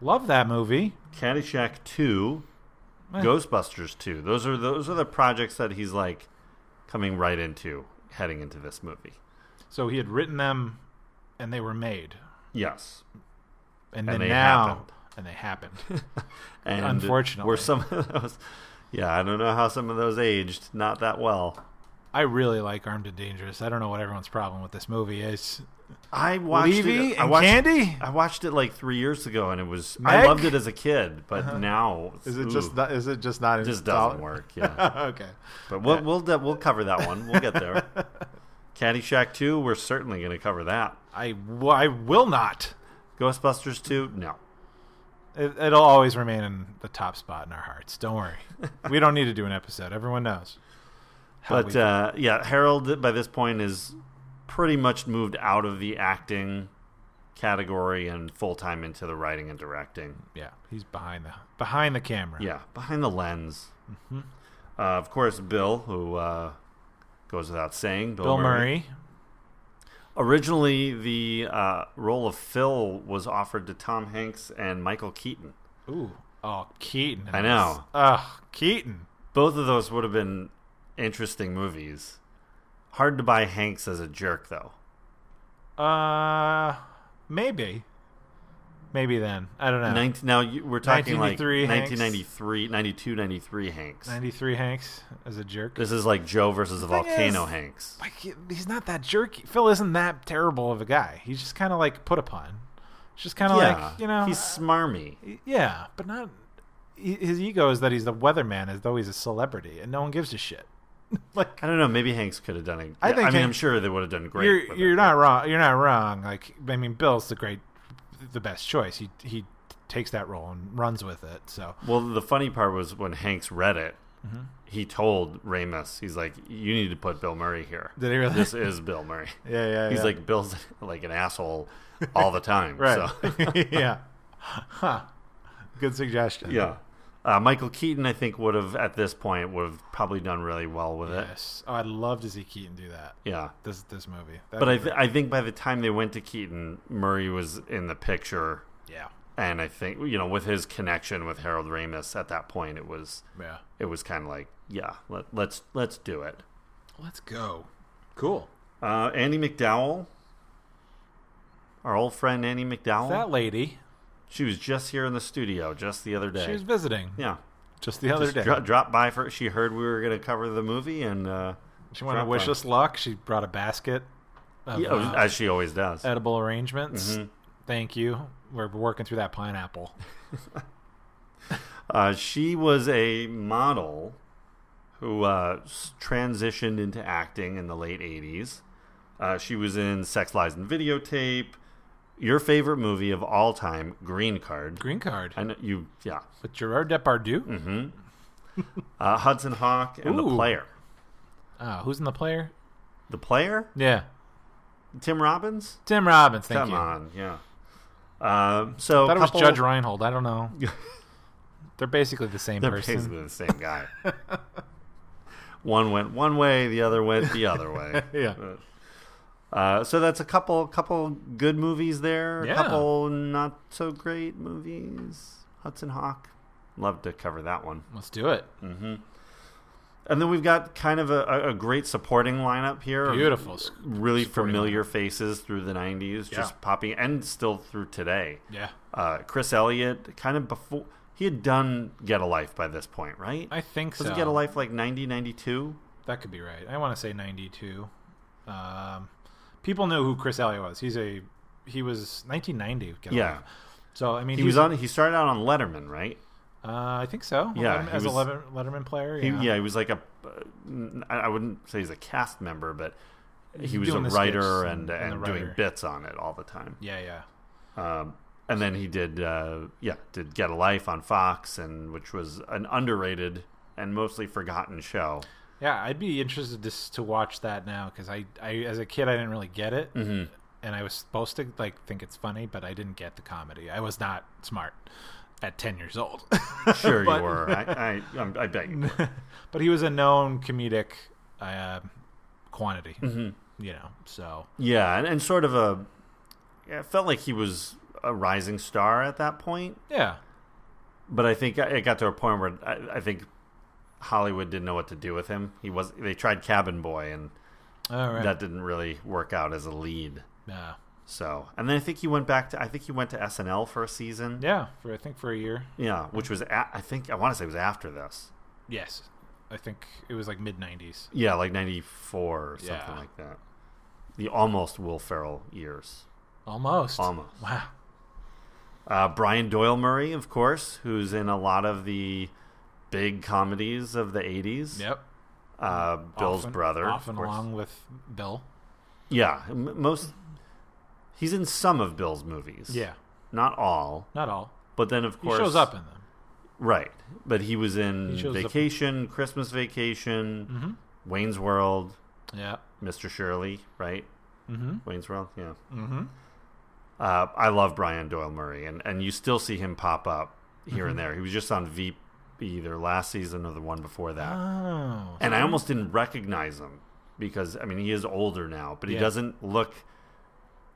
C: love that movie.
B: Caddyshack Two,
C: Eh.
B: Ghostbusters 2. Those are those are the projects that he's like coming right into heading into this movie.
C: So he had written them, and they were made,
B: Yes. And
C: and then
B: they
C: now
B: happened.
C: and they happened.
B: And
C: Unfortunately.
B: were some of those Yeah, I don't know how some of those aged not that well.
C: I really like Armed and Dangerous. I don't know what everyone's problem with this movie is.
B: I watched
C: Levy
B: it. I
C: and
B: watched,
C: Candy.
B: I watched it like three years ago, and it was. I
C: Meg?
B: loved it as a kid, but now
C: Is it
B: ooh,
C: just not, is it just not?
B: it just
C: install-
B: doesn't work. Yeah,
C: okay.
B: but we'll we'll de- we'll cover that one. We'll get there. Caddyshack two, we're certainly going to cover that.
C: I, w- I will not.
B: Ghostbusters two, no.
C: It, it'll always remain in the top spot in our hearts. Don't worry. we don't need to do an episode. Everyone knows. how
B: But
C: we-
B: uh, yeah, Harold by this point is pretty much moved out of the acting category and full time into the writing and directing.
C: yeah, he's behind the behind the camera.
B: Yeah, behind the lens.
C: Mm-hmm.
B: Uh, of course, Bill, who uh, goes without saying, Bill,
C: Bill
B: Murray.
C: Murray.
B: Originally, the uh, role of Phil was offered to Tom Hanks and Michael Keaton.
C: Ooh. Oh, Keaton.
B: I know.
C: Ugh, Keaton.
B: Both of those would have been interesting movies. Hard to buy Hanks as a jerk, though.
C: Uh, maybe. Maybe then. I don't know.
B: Ninth- now you, we're talking like
C: 1993 Hanks.
B: 1993, 92, 93 Hanks.
C: 93 Hanks as a jerk.
B: This is like Joe versus the
C: thing
B: volcano
C: is-
B: Hanks.
C: like he- he's not that jerky. Phil isn't that terrible of a guy. He's just kind of like put upon. It's just kind of
B: Yeah,
C: like you know.
B: he's smarmy.
C: yeah, but not. hi- His ego is that he's the weatherman, as though he's a celebrity, and no one gives a shit. like
B: I don't know. Maybe Hanks could have done it. I,
C: I think
B: mean, I'm
C: Hank-
B: sure they would have done great.
C: you're
B: with
C: you're
B: it.
C: not wrong. You're not wrong. Like I mean, Bill's the great, the best choice. He he takes that role and runs with it. So
B: Well, the funny part was when Hanks read it,
C: Mm-hmm.
B: he told Ramus, he's like, "You need to put Bill Murray here.
C: did he really?
B: This is Bill Murray."
C: yeah, yeah.
B: He's
C: yeah.
B: like, "Bill's like an asshole all the time."
C: right.
B: So
C: yeah. Huh. Good suggestion.
B: yeah. Uh, Michael Keaton, I think, would have at this point would have probably done really well with it.
C: Yes. Oh, I'd love to see Keaton do that.
B: Yeah,
C: This this movie.
B: but
C: That'd be
B: I, th- I think by the time they went to Keaton, Murray was in the picture,
C: Yeah.
B: and I think you know with his connection with Harold Ramis at that point, it was
C: Yeah.
B: it was kind of like, yeah, let, let's let's do it.
C: Let's go. Cool.
B: Uh, Andy McDowell, our old friend Andy McDowell.
C: That lady,
B: she was just here in the studio just the other day.
C: she was visiting
B: yeah,
C: just the other
B: just
C: day.
B: dro- dropped by for. She heard we were going to cover the movie, and uh,
C: she wanted to
B: dropped
C: wish
B: by.
C: us luck. She brought a basket of
B: yeah,
C: uh,
B: as she always does.
C: edible arrangements.
B: Mm-hmm.
C: Thank you. We're working through that pineapple.
B: Uh, she was a model who uh, s- transitioned into acting in the late '80s. Uh, she was in Sex, Lies, and Videotape. Your favorite movie of all time, Green Card.
C: Green card
B: I Mm-hmm. know you, yeah.
C: with Gerard Depardieu.
B: Uh, Hudson Hawk and the
C: Ooh.
B: player.
C: Oh, who's in the player?
B: The player?
C: Yeah,
B: Tim Robbins?
C: Tim Robbins. Thank
B: Come
C: you.
B: on, yeah. Um, so
C: Thought it was
B: couple-
C: Judge Reinhold. I don't know. They're basically the same
B: They're
C: person.
B: basically the same guy. one went one way, the other went the other way.
C: yeah.
B: Uh, so that's a couple, couple good movies there.
C: Yeah.
B: A couple not so great movies. Hudson Hawk, love to cover that one.
C: Let's do it.
B: Mm. And then we've got kind of a, a- a great supporting lineup here. of
C: Beautiful. s-
B: Really
C: supporting
B: familiar faces through the '90s, just
C: Yeah.
B: popping, and still through today.
C: Yeah.
B: uh, Chris Elliott kind of before he had done Get a Life by this point, right?
C: I think
B: Was
C: so.
B: it Get a Life like 90, 92?
C: That could be right. I want to say 92. Um, people knew who Chris Elliott was. He's a he was 1990. Get
B: Yeah.
C: Alive. So I mean,
B: He was on. He started out on Letterman, right?
C: Uh, I think so.
B: Yeah,
C: Letterman-
B: he
C: as a
B: was-
C: Letterman, Letterman player.
B: He,
C: Yeah.
B: yeah, he was like a. I I wouldn't say he's a cast member, but he was a
C: Doing the
B: writer
C: skits
B: and,
C: and- and
B: and,
C: the
B: doing
C: writer.
B: bits on it all the time.
C: yeah, yeah.
B: Um, and then he did, uh, yeah, did Get a Life on Fox, and which was an underrated and mostly forgotten show.
C: Yeah, I'd be interested just to watch that now because I, I, as a kid, I didn't really get it, mm-hmm. and I was supposed to like think it's funny, but I didn't get the comedy. I was not smart at ten years old.
B: Sure,
C: But-
B: you were. I, I, I'm- I bet you. Were.
C: but he was a known comedic uh, quantity,
B: Mm-hmm.
C: you know. So
B: Yeah, and, and sort of a. yeah, It felt like he was a rising star at that point,
C: yeah,
B: but I think it got to a point where I, I think Hollywood didn't know what to do with him. He was they tried Cabin Boy, and
C: All right. Uh,
B: that didn't really work out as a lead.
C: yeah.
B: So, and then I think he went back to I think he went to SNL for a season.
C: Yeah, for I think for a year.
B: Yeah, which was a, I think I want to say it was after this.
C: Yes. I think it was like mid 90s.
B: Yeah, like '94 or something
C: Yeah.
B: like that. The almost Will Ferrell years.
C: Almost.
B: Almost.
C: Wow.
B: Uh, Brian Doyle Murray, of course, who's in a lot of the big comedies of the '80s.
C: Yep.
B: Uh, Bill's
C: Often-
B: brother, of
C: Often
B: course.
C: along with Bill.
B: Yeah, m- most. He's in some of Bill's movies.
C: Yeah.
B: not all.
C: Not all.
B: But then, of
C: He
B: course,
C: shows up in them.
B: Right, but he was in
C: He shows up- Mm-hmm.
B: Vacation, Christmas Vacation, Wayne's World,
C: Yeah.
B: Mr. Shirley, right?
C: Mm-hmm.
B: Wayne's World, yeah.
C: Mm-hmm.
B: Uh, I love Brian Doyle Murray, and, and you still see him pop up here
C: Mm-hmm.
B: and there. He was just on Veep either last season or the one before that.
C: Oh.
B: and I almost didn't recognize him because I mean he is older now, but he
C: Yeah.
B: doesn't look.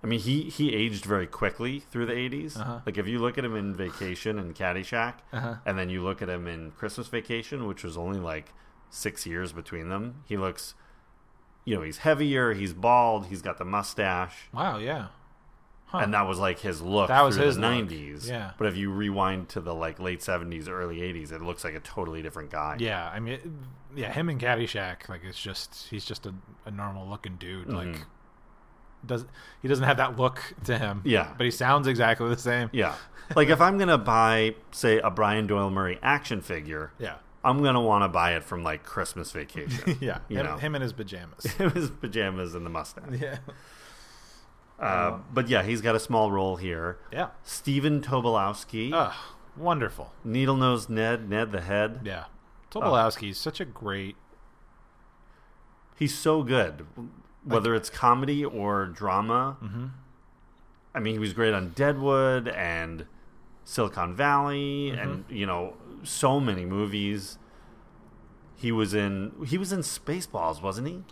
B: I mean he he aged very quickly through the 80s
C: Uh-huh.
B: Like if you look at him in Vacation and Caddyshack,
C: Uh-huh.
B: and then you look at him in Christmas Vacation, which was only like six years between them, he looks. You know he's heavier, he's bald, he's got the mustache,
C: Wow. Yeah. Huh.
B: and that was like his look.
C: That was
B: through
C: his
B: the
C: look.
B: nineties.
C: Yeah.
B: But if you rewind to the like late seventies, early eighties, it looks like a totally different guy.
C: Yeah, I mean, it- yeah, him and Caddyshack, like it's just he's just a, a normal looking dude.
B: Mm-hmm.
C: Like, does he doesn't have that look to him?
B: Yeah.
C: but he sounds exactly the same.
B: Yeah. Like if I'm gonna buy, say, a Brian Doyle Murray action figure,
C: yeah,
B: I'm gonna wanna buy it from like Christmas vacation.
C: yeah.
B: You
C: him,
B: know.
C: him in his pajamas.
B: His pajamas and the mustache.
C: yeah, Oh,
B: Uh, but yeah, he's got a small role here.
C: yeah.
B: Steven Tobolowski,
C: Ugh, wonderful.
B: Needle Nose Ned, Ned the Head.
C: Yeah, Tobolowski is such a great.
B: He's so good, whether it's comedy or drama. Mm-hmm. I mean, he was great on Deadwood and Silicon Valley,
C: Mm-hmm.
B: and you know, so many movies. He was in. He was in Spaceballs, wasn't he?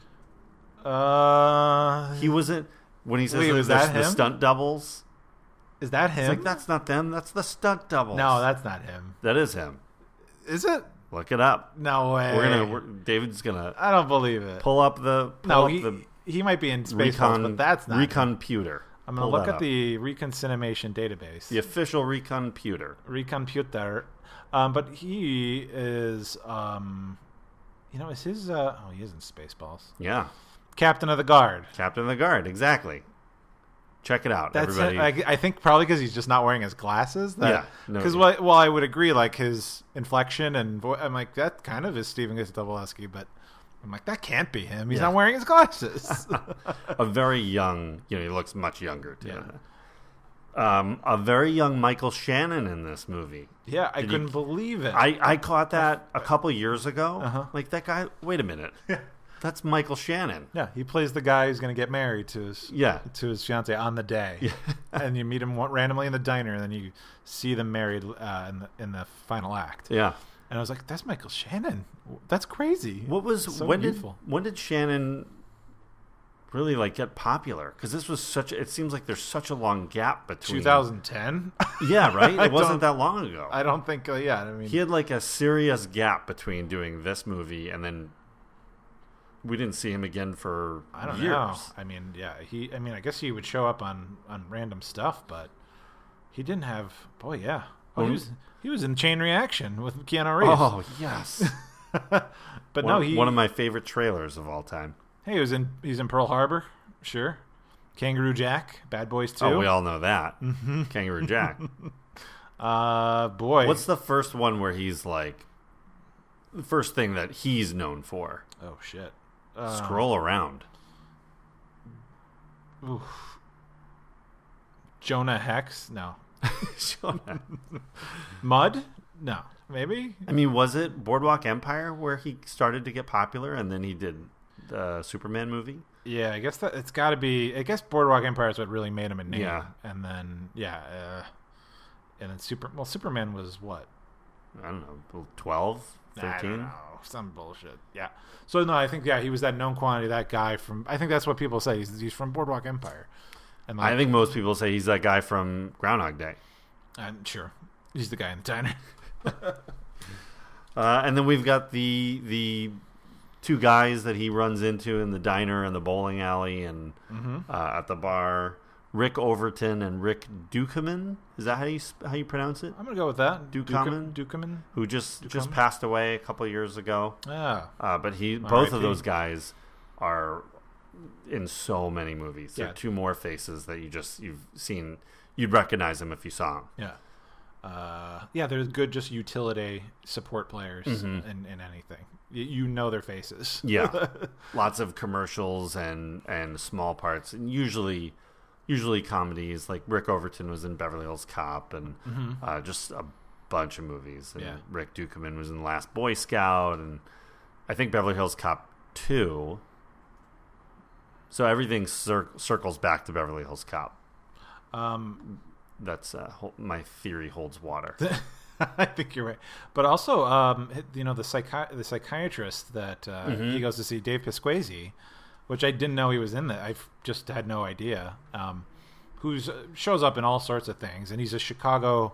C: Uh,
B: He wasn't when he says
C: Wait,
B: that
C: was
B: there's
C: that
B: the
C: him?
B: stunt doubles.
C: is that
B: It's
C: him?
B: like that's not them. That's the stunt doubles.
C: no, that's not him.
B: that is him.
C: Is it?
B: Look it up.
C: No way.
B: We're gonna. We're, David's gonna
C: I don't believe it.
B: pull up the pull
C: no,
B: up
C: he,
B: the
C: he might be in space,
B: recon.
C: but that's not. him.
B: recon pewter.
C: I'm gonna
B: Pull
C: look
B: that
C: at
B: up.
C: the Recon Cinemation database.
B: the official recon pewter.
C: recomputer. Um, but he is, um, you know, is his? Uh, oh, he is in Spaceballs.
B: Yeah,
C: Captain of the Guard.
B: Captain of the Guard. Exactly. Check it out,
C: That's
B: everybody.
C: it. I, I think probably because he's just not wearing his glasses. That,
B: Yeah, no,
C: Because
B: yeah.
C: while, while I would agree, like his inflection and vo- I'm like that kind of is Stephen Gostowski, but I'm like that can't be him. He's
B: Yeah.
C: not wearing his glasses.
B: a very young. You know, he looks much younger too.
C: Yeah.
B: Um, a very young Michael Shannon in this movie.
C: yeah, I
B: Did you-
C: couldn't believe it.
B: I, I caught that a couple years ago.
C: Uh-huh.
B: Like that guy. Wait a minute. That's Michael Shannon.
C: yeah, he plays the guy who's gonna get married to his
B: Yeah.
C: to his fiance on the day, and you meet him wa- randomly in the diner, and then you see them married uh, in the in the final act.
B: Yeah.
C: And I was like, "That's Michael Shannon. That's crazy."
B: What was
C: So
B: when
C: youthful.
B: did when did Shannon really like get popular? Because this was such. It seems like there's such a long gap between.
C: 2010?
B: Yeah. Right.
C: I
B: It wasn't
C: don't-
B: that long ago.
C: I don't think. Uh, yeah, I mean,
B: he had like a serious gap between doing this movie and then we didn't see him again for
C: I don't
B: years.
C: know. I mean, yeah, he. I mean, I guess he would show up on on random stuff, but he didn't have. Boy, yeah. Oh,
B: Well,
C: he was he was in Chain Reaction with Keanu Reeves.
B: Oh yes.
C: but
B: one,
C: no, he
B: one of my favorite trailers of all time.
C: Hey, he was in he's in Pearl Harbor, sure. Kangaroo Jack, Bad Boys Two.
B: Oh, we all know that.
C: Mm-hmm.
B: Kangaroo Jack.
C: uh, boy,
B: What's the first one where he's like the first thing that he's known for?
C: oh shit? Uh,
B: Scroll around.
C: Uh, oof. Jonah Hex? No.
B: Jonah.
C: Mud? No. Maybe.
B: I mean, was it Boardwalk Empire where he started to get popular and then he did the Superman movie?
C: Yeah, I guess that it's got to be. I guess Boardwalk Empire is what really made him a name.
B: Yeah.
C: And then yeah, uh, and then Super. Well, Superman was what?
B: I don't know, 12,
C: I don't
B: 13?
C: know. Some bullshit. Yeah. So no, I think yeah, he was that known quantity. That guy from. I think that's what people say. He's, he's from Boardwalk Empire. And
B: I think most people say he's that guy from Groundhog Day.
C: I'm sure. He's the guy in the diner.
B: Uh, and then we've got the the two guys that he runs into in the diner and the bowling alley and
C: Mm-hmm.
B: uh, at the bar. Rick Overton and Rick Dukeman. Is that how you sp- how you pronounce it?
C: I'm gonna go with that.
B: Duke
C: Dukeman.
B: Common?
C: Dukeman.
B: Who just just
C: Dukeman?
B: passed away a couple years ago.
C: Yeah.
B: Uh, but he both of
C: R.I.P..
B: those guys are in so many movies. They're
C: Yeah.
B: two more faces that you just you've seen. You'd recognize them if you saw them.
C: Yeah. Uh, yeah, they're good just utility support players in, in anything. You, you know their faces.
B: Yeah, lots of commercials and and small parts, and usually usually comedies. Like Rick Overton was in Beverly Hills Cop, and uh, just a bunch of movies. And
C: Mm-hmm. Yeah.
B: Rick Dukeman was in Last Boy Scout, and I think Beverly Hills Cop two. So everything cir- circles back to Beverly Hills Cop.
C: Um,
B: That's uh, hol- my theory holds water.
C: I think you're right. But also, um, it- you know, the psychi- the psychiatrist that uh, he
B: Mm-hmm.
C: goes to see, Dave Pisquazy, which I didn't know he was in that. I just had no idea. Um, who's shows up in all sorts of things, and he's a Chicago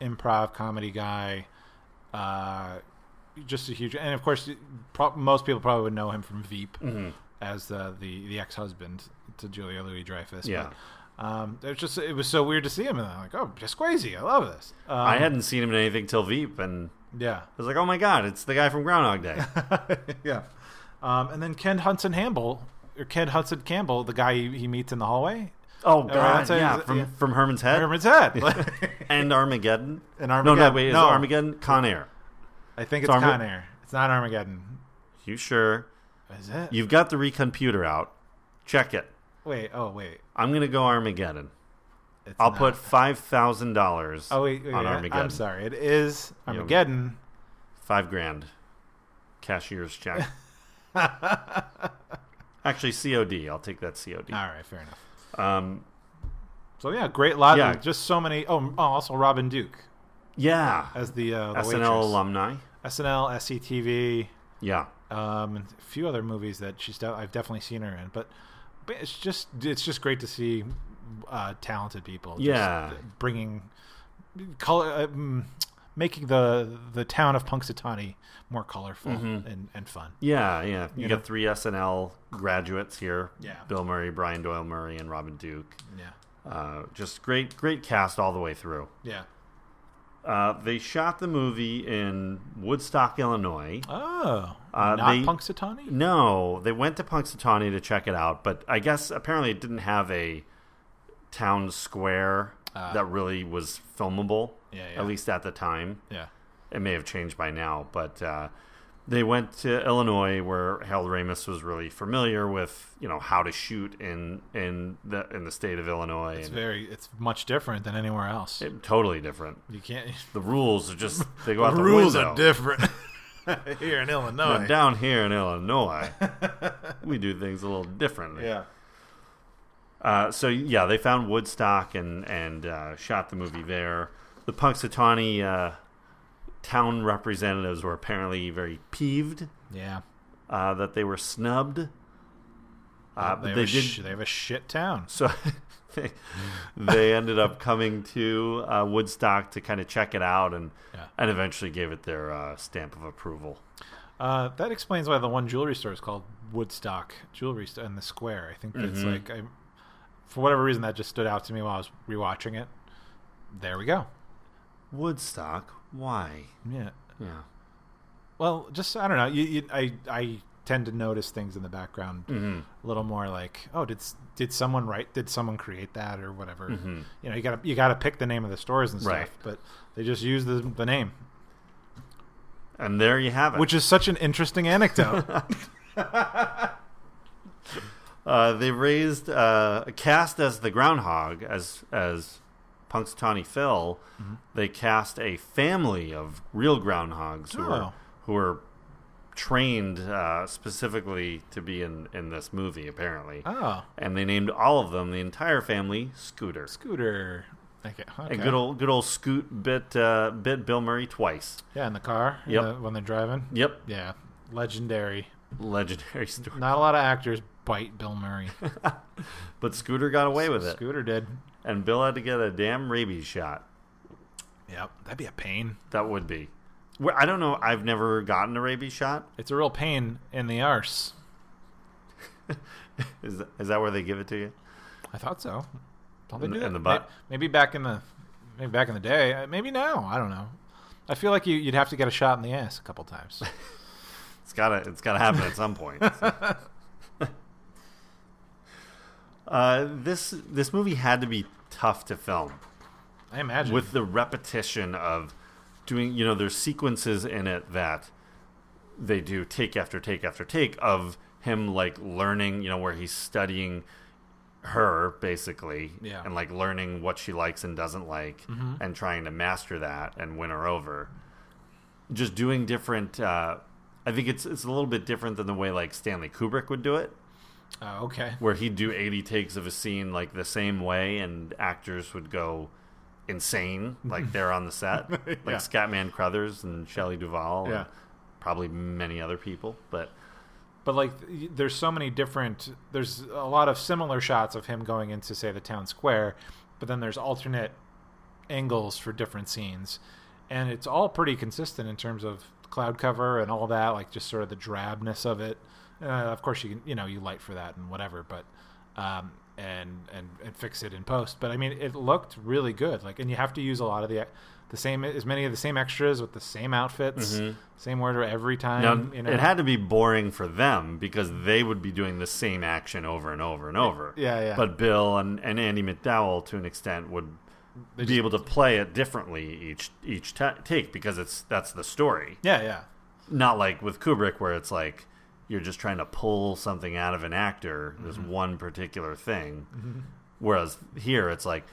C: improv comedy guy. Uh, just a huge, and of course, pro- most people probably would know him from Veep
B: Mm-hmm.
C: as the the, the ex husband to Julia Louis Dreyfus.
B: Yeah.
C: But, um, it was just it was so weird to see him, and I'm like, oh, Pisquazy, I love this. Um,
B: I hadn't seen him in anything till Veep, and
C: yeah.
B: I was like, "Oh my god, it's the guy from Groundhog Day."
C: yeah. Um, and then Ken Hudson Hamble or Ken Hudson Campbell, the guy he, he meets in the hallway,
B: Oh god,
C: that's how
B: yeah,
C: he's-
B: from
C: yeah.
B: from Herman's Head.
C: Herman's head.
B: and Armageddon.
C: And
B: No,
C: Armageddon.
B: no, wait, is
C: No.
B: it Armageddon? Con Air.
C: I think
B: It's
C: it's
B: Arma-
C: Con Air. It's not Armageddon.
B: You sure?
C: Is it?
B: You've got the recomputer out. Check it.
C: wait. Oh wait.
B: I'm gonna go Armageddon.
C: It's
B: I'll
C: not.
B: put five thousand dollars.
C: Oh wait. wait,
B: on
C: wait,
B: Armageddon.
C: I'm sorry. It is Armageddon.
B: Five grand. Cashier's check. Actually, COD. I'll take that COD.
C: All right. Fair enough.
B: Um,
C: So yeah, great lot.
B: Yeah.
C: of Just so many. Oh, oh, also Robin Duke
B: yeah.
C: as the, uh, the
B: SNL
C: waitress.
B: alumni.
C: SNL, SCTV.
B: Yeah.
C: um, and a few other movies that she's de- I've definitely seen her in. But, but it's just it's just great to see uh, talented people. just
B: Yeah.
C: bringing color, um, making the the town of Punxsutawney more colorful
B: Mm-hmm.
C: and, and fun.
B: Yeah, yeah. You,
C: You
B: got
C: know?
B: three SNL graduates here.
C: Yeah.
B: Bill Murray, Brian Doyle Murray, and Robin Duke.
C: Yeah,
B: Uh, just great, great cast all the way through.
C: yeah.
B: Uh, they shot the movie in Woodstock, Illinois.
C: Oh,
B: Uh,
C: not
B: they-
C: Punxsutawney.
B: No, they went to Punxsutawney to check it out, but I guess apparently it didn't have a town square that really was filmable.
C: Ah. Yeah, yeah.
B: At least at the time,
C: Yeah,
B: it may have changed by now. But uh, they went to Illinois, where Harold Ramis was really familiar with, you know, how to shoot in in the in the state of Illinois.
C: it's
B: and
C: very it's much different than anywhere else.
B: it- totally different.
C: you can't.
B: The rules are just they go out the
C: rules
B: window.
C: are different here in
B: But
C: Illinois.
B: down here in Illinois, we do things a little differently.
C: Yeah.
B: Uh, so yeah, they found Woodstock and and uh, shot the movie there. The Punxsutawney uh, town representatives were apparently very peeved
C: Yeah.
B: uh, that they were snubbed. Uh,
C: they,
B: but
C: have
B: they
C: a
B: did
C: sh- they have a shit town.
B: so. They, they ended up coming to uh, Woodstock to kind of check it out and
C: Yeah.
B: and eventually gave it their uh, stamp of approval.
C: Uh, that explains why the one jewelry store is called Woodstock Jewelry Store in the square. I think that's
B: Mm-hmm.
C: like, I, for whatever reason, that just stood out to me while I was rewatching it. There we go.
B: Woodstock, why?
C: Yeah.
B: Yeah.
C: Well, just I don't know. You, you, I, I tend to notice things in the background
B: Mm-hmm.
C: a little more. Like, oh, did s- did someone write? Did someone create that or whatever? You know, you gotta you gotta pick the name of the stores and stuff.
B: Mm-hmm. Right.
C: But they just use the the name,
B: And there you have it.
C: which is such an interesting anecdote.
B: Uh, they raised uh, cast as the groundhog as as Punxsutawney Phil.
C: Mm-hmm.
B: They cast a family of real groundhogs who are
C: Oh.
B: who are trained uh, specifically to be in in this movie apparently.
C: oh,
B: And they named all of them the entire family Scooter.
C: scooter. Okay. okay.
B: And good old good old Scoot bit uh, bit Bill Murray twice.
C: Yeah, in the car. in
B: Yep.
C: the- when they're driving.
B: Yep,
C: Yeah. Legendary.
B: legendary story.
C: Not a lot of actors bite Bill Murray.
B: But Scooter got away with it,
C: Scooter did.
B: and Bill had to get a damn rabies shot.
C: Yep, that'd be a pain.
B: That would be. Where- I don't know. I've never gotten a rabies shot.
C: It's a real pain in the arse.
B: Is that, is that where they give it to you?
C: I thought so. Don't they
B: In
C: do
B: the-
C: that?
B: in the butt?
C: May- Maybe, back in the maybe back in the day. Uh, Maybe now. I don't know. I feel like you, you'd have to get a shot in the ass a couple times.
B: It's gotta. It's gotta happen at some point. uh, this this movie had to be tough to film
C: I imagine.
B: with the repetition of doing. You know, there's sequences in it that they do take after take after take of him like learning. You know, where he's studying her basically
C: Yeah. Mm-hmm.
B: and like learning what she likes and doesn't like and trying to master that and win her over just doing different uh, i think it's it's a little bit different than the way like stanley kubrick would do it
C: oh, okay.
B: where he'd do 80 takes of a scene like the same way and actors would go insane like they're on the set like
C: Yeah.
B: scatman crothers and shelley duvall
C: Yeah.
B: and probably many other people but
C: But like, y- there's so many different. There's a lot of similar shots of him going into, say, the town square, but then there's alternate angles for different scenes, and it's all pretty consistent in terms of cloud cover and all that. Like just sort of the drabness of it. Uh, of course, you can, you know you light for that and whatever, but um, and and and fix it in post. But I mean, it looked really good. Like, and you have to use a lot of the the same as many of the same extras with the same outfits, same order every
B: Mm-hmm. now
C: time. you know,
B: it had to be boring for them because they would be doing the same action over and over and over
C: Yeah, yeah.
B: but bill and, and andy mcdowell to an extent would
C: They
B: be
C: just-
B: able to play it differently each each ta take because it's that's the story
C: yeah, yeah.
B: not like with Kubrick where it's like you're just trying to pull something out of an actor, this
C: Mm-hmm.
B: one particular thing. Whereas here it's like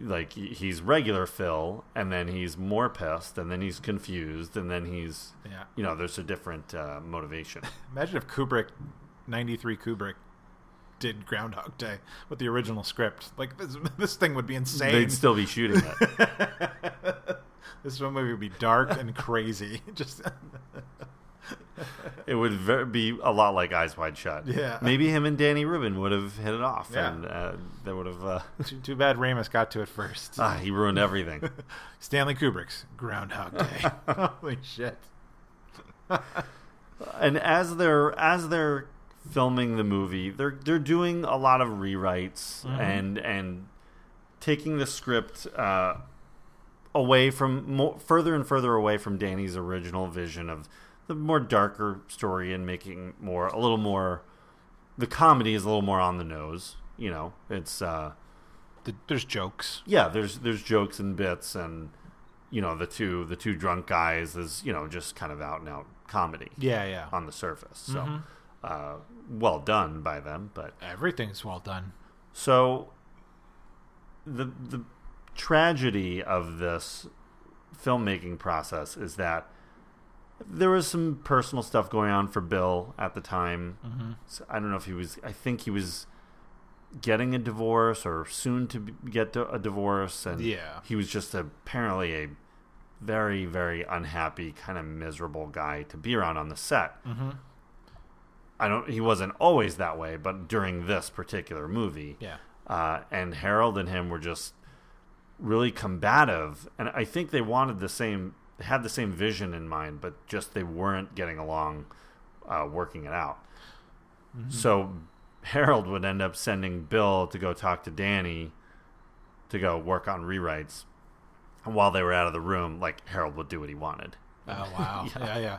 B: like he- he's regular Phil and then he's more pissed and then he's confused and then he's
C: Yeah.
B: you know there's a different uh, motivation.
C: Imagine if Kubrick, 93 Kubrick, did Groundhog Day with the original script. Like, this, this thing would be insane.
B: They'd still be shooting it.
C: this one movie would be dark and crazy. Just
B: it would ver- be a lot like Eyes Wide Shut.
C: Yeah.
B: Maybe him and Danny Rubin would have hit it off
C: Yeah.
B: and uh, they would have uh,
C: too, too bad Ramus got to it first.
B: ah, he ruined everything.
C: Stanley Kubrick's Groundhog Day. Holy shit.
B: and as they're as they're filming the movie, they're they're doing a lot of rewrites and and taking the script uh, away from mo further and further away from Danny's original vision of the more darker story and making more a little more. The comedy is a little more on the nose. You know, it's uh,
C: The, there's jokes.
B: yeah. There's there's jokes and bits and you know the two the two drunk guys is you know just kind of out and out comedy
C: Yeah, yeah.
B: on the surface. So, uh, well done by them. But
C: Everything's well done.
B: so the the tragedy of this filmmaking process is that there was some personal stuff going on for Bill at the time.
C: Mm-hmm.
B: So I don't know if he was. I think he was getting a divorce or soon to be- get to a divorce, and
C: Yeah.
B: he was just apparently a very very unhappy kind of miserable guy to be around on the set.
C: Mm-hmm.
B: I don't. He wasn't always that way, but during this particular movie,
C: Yeah.
B: uh, and Harold and him were just really combative, and I think they wanted the same, had the same vision in mind, but just they weren't getting along, uh, working it out.
C: Mm-hmm.
B: So Harold would end up sending Bill to go talk to Danny, to go work on rewrites, and while they were out of the room, like Harold would do what he wanted.
C: Oh wow! yeah. yeah,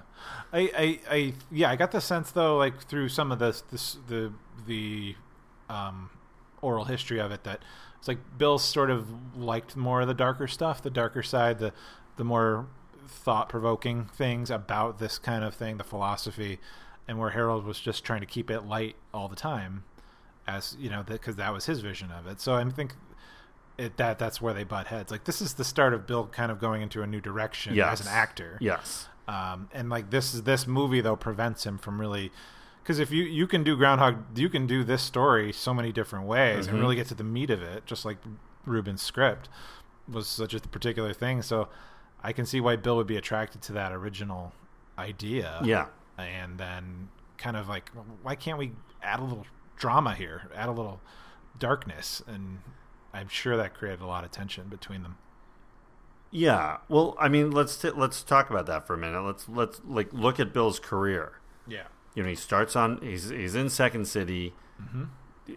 C: I, I, I, yeah, I got the sense though, like through some of this, this, the, the, um, oral history of it, that it's like Bill sort of liked more of the darker stuff, the darker side, the, the more thought-provoking things about this kind of thing, the philosophy, and where Harold was just trying to keep it light all the time, as you know, because that was his vision of it. So I think. It, that that's where they butt heads. Like this is the start of Bill kind of going into a new direction
B: Yes.
C: as an actor
B: Yes.
C: um, and like this is this movie though prevents him from really because if you you can do groundhog you can do this story so many different ways and really get to the meat of it just like ruben's script was such a particular thing so i can see why bill would be attracted to that original idea
B: Yeah.
C: and then kind of like why can't we add a little drama here add a little darkness and i'm sure that created a lot of tension between them
B: Yeah. Well, I mean, let's t- let's talk about that for a minute. Let's let's like look at Bill's career.
C: Yeah.
B: You know, he starts on he's he's in Second City.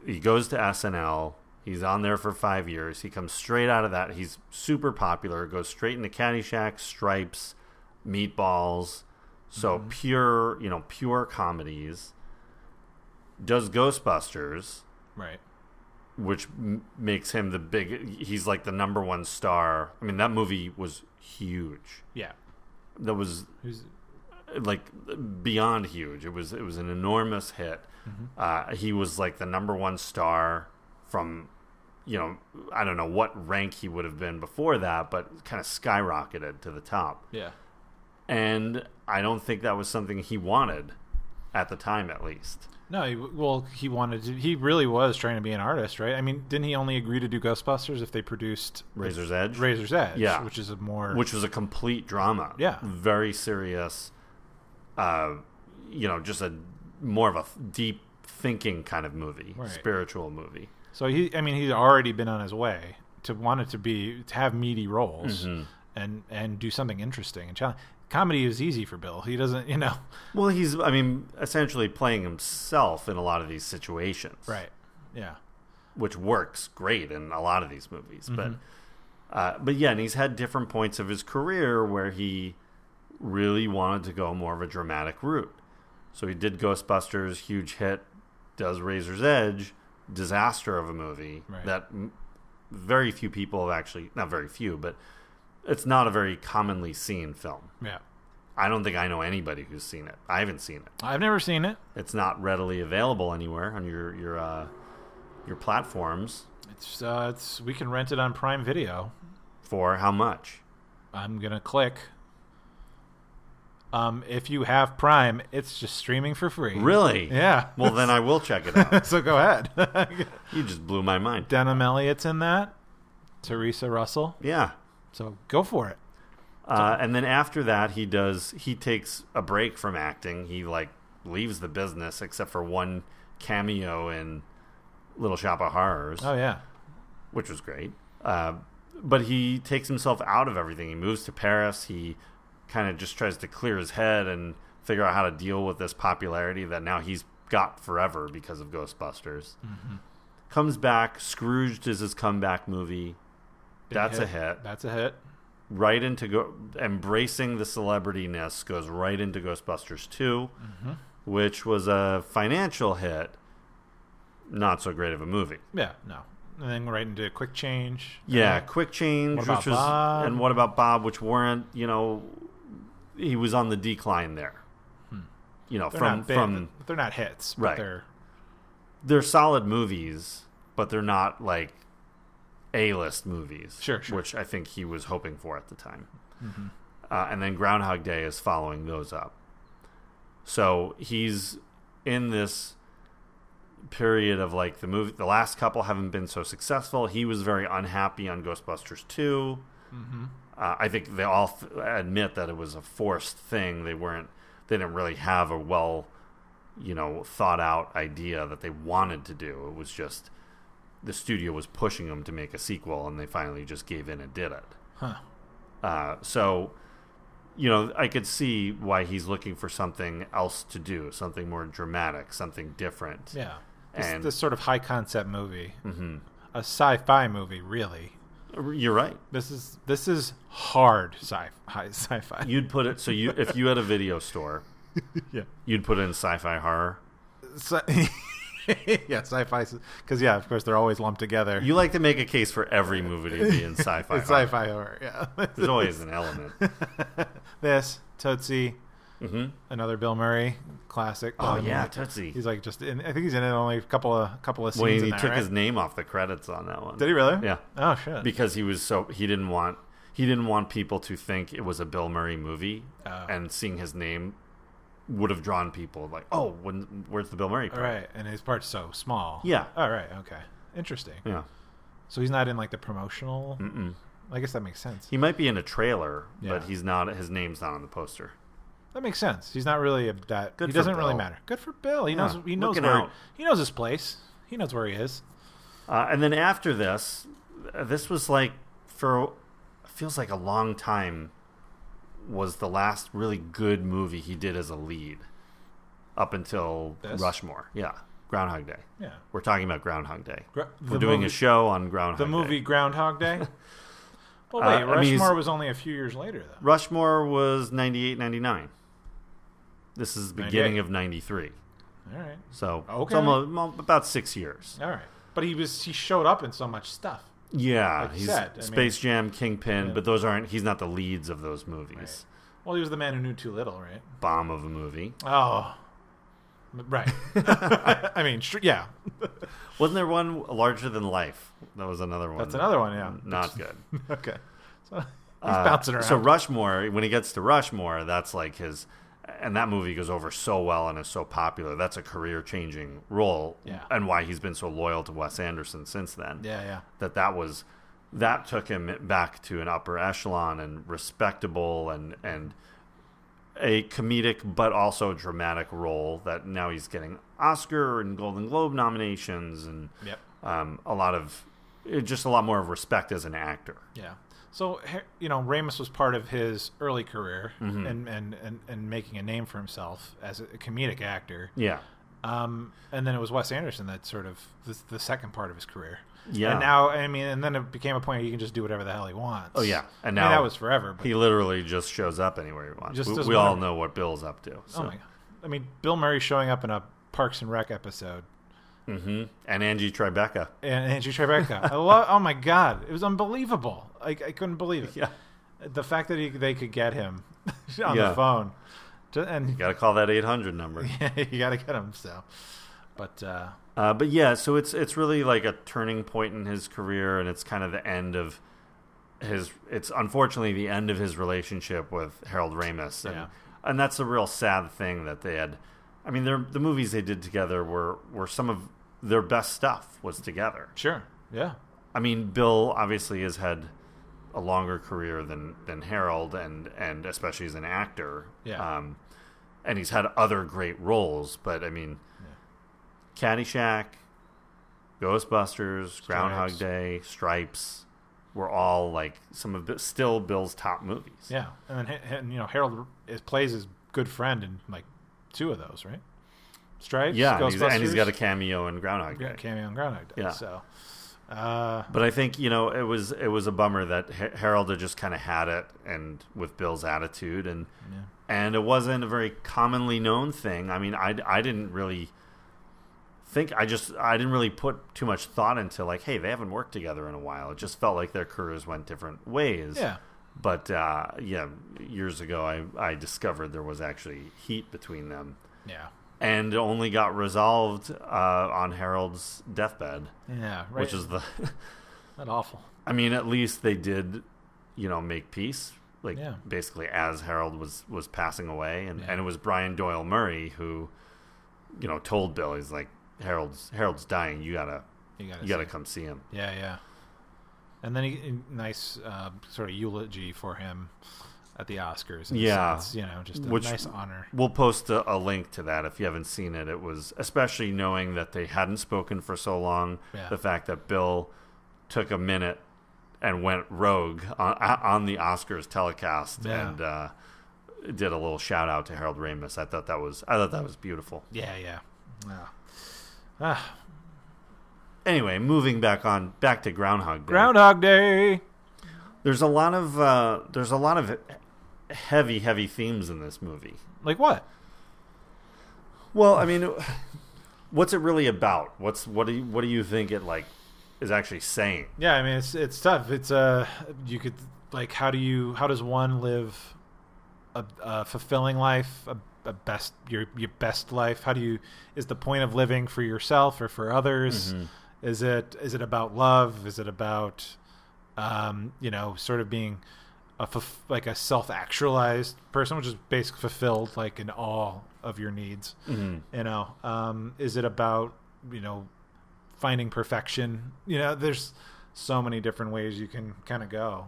B: He goes to SNL. He's on there for five years. He comes straight out of that. He's super popular. Goes straight into Caddyshack, Stripes, Meatballs. So pure, you know, pure comedies. Does Ghostbusters
C: Right.
B: which m- makes him the big he's like the number one star i mean that movie was huge
C: Yeah.
B: that was
C: Who's
B: like beyond huge it was it was an enormous hit
C: Mm-hmm.
B: uh, he was like the number one star from you know i don't know what rank he would have been before that but kind of skyrocketed to the top
C: yeah.
B: and i don't think that was something he wanted at the time at least
C: No, he, well, he wanted to. He really was trying to be an artist, right? I mean, didn't he only agree to do Ghostbusters if they produced
B: razor's edge
C: Razor's Edge?
B: Yeah.
C: which is a more
B: which was a complete drama.
C: Yeah.
B: very serious. Uh, you know, just a more of a f- deep thinking kind of movie,
C: Right.
B: spiritual movie.
C: So he, I mean, he's already been on his way to wanted to be to have meaty roles
B: Mm-hmm.
C: and and do something interesting and challenge. Comedy is easy for Bill. He doesn't, you know,
B: Well, he's, I mean, essentially playing himself in a lot of these situations,
C: Yeah,
B: Which works great in a lot of these movies, but, uh, but yeah, and he's had different points of his career where he really wanted to go more of a dramatic route. So he did Ghostbusters, huge hit, does Razor's Edge, disaster of a movie
C: Right.
B: that m- very few people have actually, not very few, but it's not a very commonly seen film.
C: yeah.
B: I don't think I know anybody who's seen it. I haven't seen it.
C: I've never seen it.
B: It's not readily available anywhere on your your uh, your platforms
C: It's uh, it's we can rent it on Prime Video.
B: for how much?
C: I'm gonna click. Um, if you have Prime, it's just streaming for free.
B: Really?
C: Yeah.
B: Well, then I will check it out.
C: so go ahead.
B: You just blew my mind.
C: Denham Elliott's in that. Teresa Russell.
B: Yeah.
C: So go for it.
B: Uh, and then after that, he does. He takes a break from acting. He like leaves the business except for one cameo in Little Shop of Horrors,
C: Oh yeah.
B: which was great. Uh, but he takes himself out of everything. He moves to Paris. He kind of just tries to clear his head and figure out how to deal with this popularity that now he's got forever because of Ghostbusters. Comes back. Scrooged is his comeback movie. That's a hit
C: That's a hit.
B: right into go- embracing the celebrityness goes right into Ghostbusters 2, which was a financial hit, not so great of a movie.
C: Yeah, no. And then right into quick change.
B: Yeah, Quick Change,
C: What About
B: which was
C: Bob?
B: and what about Bob, which weren't you know, he was on the decline there. You know,
C: Hmm. They're
B: from
C: not big,
B: from
C: they're not hits, but
B: Right.
C: They're
B: they're solid movies, but they're not like A list movies.
C: Sure, Mm-hmm. sure.
B: Which I think he was hoping for at the time. Uh, and then Groundhog Day is following those up. So he's in this period of like the movie, the last couple haven't been so successful. He was very unhappy on Ghostbusters 2. Uh, I think they all f- admit that it was a forced thing. They weren't, they didn't really have a well you know, thought out idea that they wanted to do. It was just the studio was pushing them to make a sequel, and they finally just gave in and did it.
C: Huh.
B: Uh, so, you know, I could see why he's looking for something else to do, something more dramatic, something different.
C: yeah. This,
B: And-
C: this sort of high concept movie, mm-hmm. a sci-fi movie, really.
B: You're right.
C: This is this is hard sci high sci-fi.
B: You'd put it so you if you had a video store,
C: yeah.
B: you'd put in sci-fi horror.
C: Sci- yeah, sci-fi, because yeah, of course they're always lumped together.
B: You like to make a case for every movie to be in sci-fi.
C: it's
B: horror.
C: sci-fi horror. Yeah.
B: There's always an element.
C: this Tootsie,
B: hmm
C: another Bill Murray classic.
B: Oh
C: I mean,
B: yeah, Tootsie.
C: He's like just in. I think he's in it only a couple of couple of scenes.
B: Well, he
C: in that,
B: took
C: right?
B: his name off the credits on that one.
C: Did he really?
B: Yeah,
C: Oh shit.
B: because he was so he didn't want he didn't want people to think it was a Bill Murray movie,
C: Oh.
B: and seeing his name would have drawn people like, oh, when where's the Bill Murray?
C: All
B: Part?
C: right, and his part's so small.
B: Yeah.
C: All right. Okay. Interesting.
B: Yeah,
C: So he's not in like the promotional.
B: Mm-mm.
C: I guess that makes sense.
B: he might be in a trailer, but
C: Yeah.
B: he's not. His name's not on the poster.
C: That makes sense. He's not really a, that.
B: Good
C: he
B: for
C: doesn't really
B: Bill.
C: matter. Good for Bill. He
B: Yeah,
C: knows. He knows
B: looking
C: where.
B: out.
C: He knows his place. He knows where he is.
B: Uh, and then after this, uh, this was like for feels like a long time was the last really good movie he did as a lead up until
C: This?
B: Rushmore. Yeah. Groundhog Day.
C: Yeah.
B: We're talking about Groundhog Day.
C: Gra-
B: We're
C: the
B: doing
C: movie,
B: a show on Groundhog
C: The
B: Day.
C: movie Groundhog Day. Well,
B: Uh,
C: wait,
B: I mean, he's-
C: Rushmore was only a few years later, though.
B: Rushmore was 98 99. This is beginning
C: 98.
B: of 93.
C: All right,
B: So it's
C: Okay.
B: almost- mo- about six years.
C: all right. But he was he showed up in so much stuff.
B: Yeah,
C: Like you
B: he's
C: said, I
B: Space Jam, Kingpin,
C: yeah.
B: but those aren't. He's not the leads of those movies.
C: Well, he was the man who knew too little, right?
B: Bomb of a movie.
C: Oh, M- right. I mean, sure, yeah,
B: Wasn't there one larger than life? That was another one.
C: that's another one. Yeah.
B: Not good.
C: Mm-hmm. Okay. So he's
B: Uh,
C: bouncing around.
B: So Rushmore, when he gets to Rushmore, that's like his, and that movie goes over so well and is so popular. That's a career changing role,
C: Yeah.
B: and why he's been so loyal to Wes Anderson since then.
C: yeah, yeah.
B: That that was that took him back to an upper echelon and respectable and and a comedic but also dramatic role that now he's getting Oscar and Golden Globe nominations and
C: Yep.
B: um, a lot of just a lot more of respect as an actor.
C: Yeah. So he- you know, Ramus was part of his early career and, and, and, and making a name for himself as a comedic actor.
B: Yeah.
C: Um, and then it was Wes Anderson that sort of the, the second part of his career.
B: Yeah.
C: And now, I mean, and then it became a point where you can just do whatever the hell he wants.
B: Oh, yeah. And
C: I mean,
B: now
C: that was forever. But
B: He literally just shows up anywhere he wants.
C: Just
B: we
C: does
B: we all
C: whatever.
B: know what Bill's up to. So.
C: oh my god! I mean, Bill Murray showing up in a Parks and Rec episode
B: hmm And Angie Tribeca.
C: and Andrew Tribeca. I love. Oh my god! It was unbelievable. I, I couldn't believe it.
B: Yeah.
C: The fact that he, they could get him on
B: Yeah.
C: the phone, to, and
B: Got to call that 800 number.
C: you got to get him. So, but uh,
B: Uh, but yeah, so it's it's really like a turning point in his career, and it's kind of the end of his. It's unfortunately the end of his relationship with Harold Ramis, and
C: Yeah.
B: and that's a real sad thing that they had. I mean, their the movies they did together were were some of their best stuff was together.
C: sure, yeah,
B: I mean, Bill obviously has had a longer career than than Harold, and and especially as an actor.
C: Yeah.
B: Um, and he's had other great roles, but I mean, Caddyshack, Ghostbusters, Groundhog Day, Stripes were all like some of the, still Bill's top movies.
C: yeah. And then ha- and, you know Harold is, plays his good friend in like two of those, right? Stripes,
B: Yeah, and he's, and he's
C: Ghostbusters?
B: got a cameo in Groundhog Day.
C: Yeah, cameo on Groundhog Day.
B: Yeah.
C: So, uh,
B: But I think you know it was it was a bummer that Har- Harold had just kind of had it, and with Bill's attitude, and and it wasn't a very commonly known thing. I mean, I I didn't really think I just I didn't really put too much thought into like, hey, they haven't worked together in a while. It just felt like their careers went different ways.
C: yeah,
B: But uh, yeah, years ago, I I discovered there was actually heat between them,
C: yeah,
B: and it only got resolved uh, on Harold's deathbed,
C: yeah. Right.
B: which is the
C: not awful.
B: I mean, at least they did, you know, make peace. Like
C: Yeah.
B: basically, as Harold was was passing away, and,
C: Yeah.
B: and it was Brian Doyle Murray who, you know, told Bill he's like Harold's Harold's dying. You gotta
C: You got
B: you gotta come see him.
C: Yeah, yeah. And then he, a nice uh, sort of eulogy for him at the Oscars. in a
B: Yeah.
C: sense, you know, just a
B: Which-
C: nice honor.
B: We'll post a, a link to that if you haven't seen it. It was especially knowing that they hadn't spoken for so long.
C: Yeah.
B: The fact that Bill took a minute and went rogue on, on the Oscars telecast
C: Yeah.
B: and uh, did a little shout out to Harold Ramis. I thought that was I thought that was beautiful.
C: Yeah, yeah. Ah. Ah,
B: Anyway, moving back on back to Groundhog Day.
C: Groundhog Day.
B: there's a lot of uh, there's a lot of heavy heavy themes in this movie.
C: Like what?
B: Well, I mean, what's it really about? What's what do you, what do you think it like is actually saying?
C: Yeah, I mean it's it's tough. It's uh you could like how do you how does one live a, a fulfilling life, a, a best your your best life? How do you is the point of living for yourself or for others? Is it is it about love? Is it about um, you know, sort of being a fulf- like a self-actualized person, which is basically fulfilled like in all of your needs. You know, um, is it about you know finding perfection? You know, there's so many different ways you can kind of go.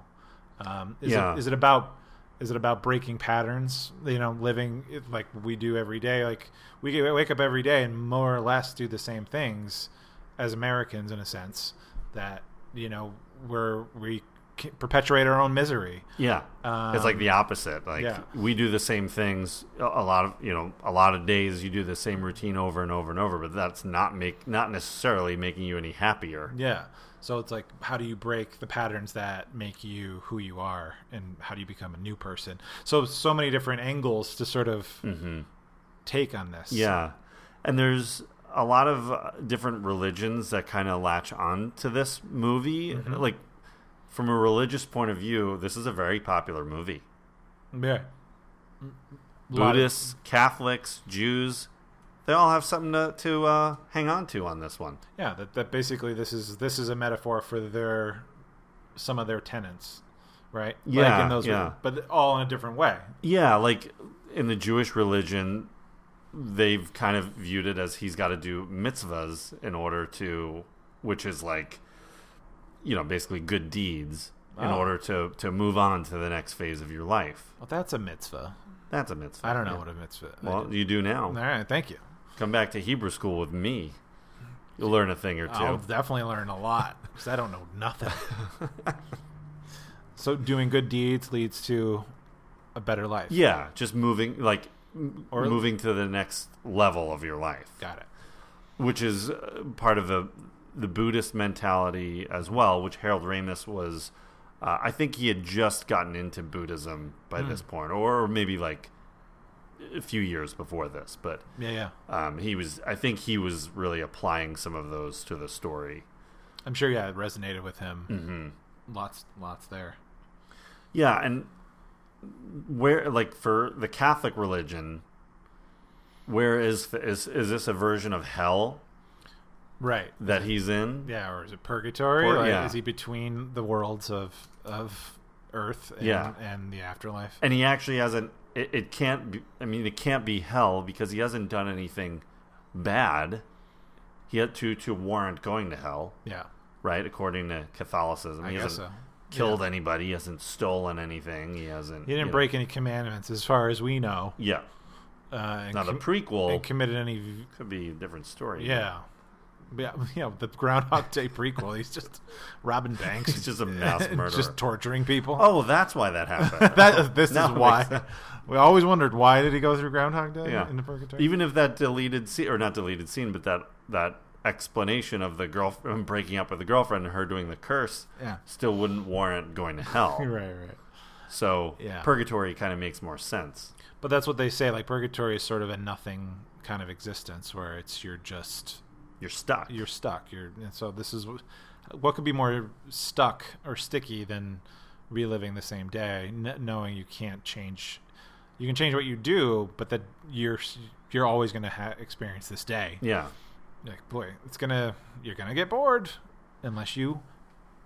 C: Um, is
B: Yeah.
C: it is it about is it about breaking patterns? You know, living it like we do every day. Like we get- wake up every day and more or less do the same things as Americans in a sense that you know where we c- perpetuate our own misery.
B: Yeah, Um, it's like the opposite. Like
C: yeah.
B: we do the same things a a lot of you know a lot of days. You do the same routine over and over and over, but that's not make not necessarily making you any happier.
C: Yeah. So it's like, how do you break the patterns that make you who you are, and how do you become a new person? So so many different angles to sort of take on this.
B: Mm-hmm. Yeah, and there's a lot of uh, different religions that kind of latch on to this movie. Like from a religious point of view, this is a very popular movie.
C: yeah. Lot of-
B: Buddhists, Catholics, Jews, they all have something to, to uh, hang on to on this one.
C: Yeah, that, that basically this is this is a metaphor for their some of their tenants, right? like
B: Yeah,
C: in those
B: yeah.
C: but all in a different way.
B: Yeah, like in the Jewish religion, they've kind of viewed it as he's got to do mitzvahs in order to, which is like, you know, basically good deeds in
C: Oh.
B: order to to move on to the next phase of your life.
C: Well, that's a mitzvah.
B: That's a mitzvah.
C: I don't know
B: Yeah.
C: what a mitzvah.
B: Well, you do now.
C: all right, thank you.
B: Come back to Hebrew school with me. You'll learn a thing or 2
C: I'll definitely learn a lot because I don't know nothing. so doing good deeds leads to a better life.
B: Yeah, just moving like m-
C: Or-
B: moving to the next level of your life.
C: got it.
B: which is uh, part of the the Buddhist mentality as well, which Harold Ramis was. Uh, I think he had just gotten into Buddhism by this point, or maybe like a few years before this. But
C: Yeah, yeah.
B: um, he was, I think, he was really applying some of those to the story.
C: I'm sure. Yeah, it resonated with him. Mm-hmm. Lots, lots there.
B: Yeah, and where like for the Catholic religion, where is the, is is this a version of hell
C: Right.
B: that he's in?
C: Yeah, or is it purgatory?
B: Or-
C: Like,
B: yeah.
C: Is he between the worlds of of Earth and,
B: Yeah.
C: and the afterlife?
B: and he actually hasn't it, it can't be i mean it can't be hell because he hasn't done anything bad he had to to warrant going to hell
C: Yeah,
B: right according to catholicism
C: I
B: he
C: guess
B: hasn't
C: so.
B: killed anybody he hasn't stolen anything he hasn't
C: He didn't
B: you know-
C: break any commandments, as far as we know.
B: yeah
C: Uh, and
B: now the
C: com-
B: prequel
C: and committed any? v-
B: could be a different story
C: Yeah, yeah, yeah. The Groundhog Day prequel. He's just robbing banks.
B: He's just a mass
C: and
B: murderer.
C: just torturing people.
B: oh that's why that happened
C: that this
B: Now
C: is
B: it makes
C: why
B: sense.
C: we always wondered why did he go through Groundhog Day
B: yeah
C: in the purgatory?
B: even if that deleted scene or not deleted scene but that that explanation of the girlfriend breaking up with the girlfriend and her doing the curse
C: yeah,
B: still wouldn't warrant going to hell.
C: right, right.
B: So
C: Yeah.
B: purgatory kind of makes more sense.
C: But that's what they say. Like purgatory is sort of a nothing kind of existence where it's you're just
B: You're stuck.
C: you're stuck. You're and so this is wh- what could be more stuck or sticky than reliving the same day, n- knowing you can't change. You can change what you do, but that you're s- you're always going to ha- experience this day.
B: yeah.
C: Like boy, it's gonna you're gonna get bored unless you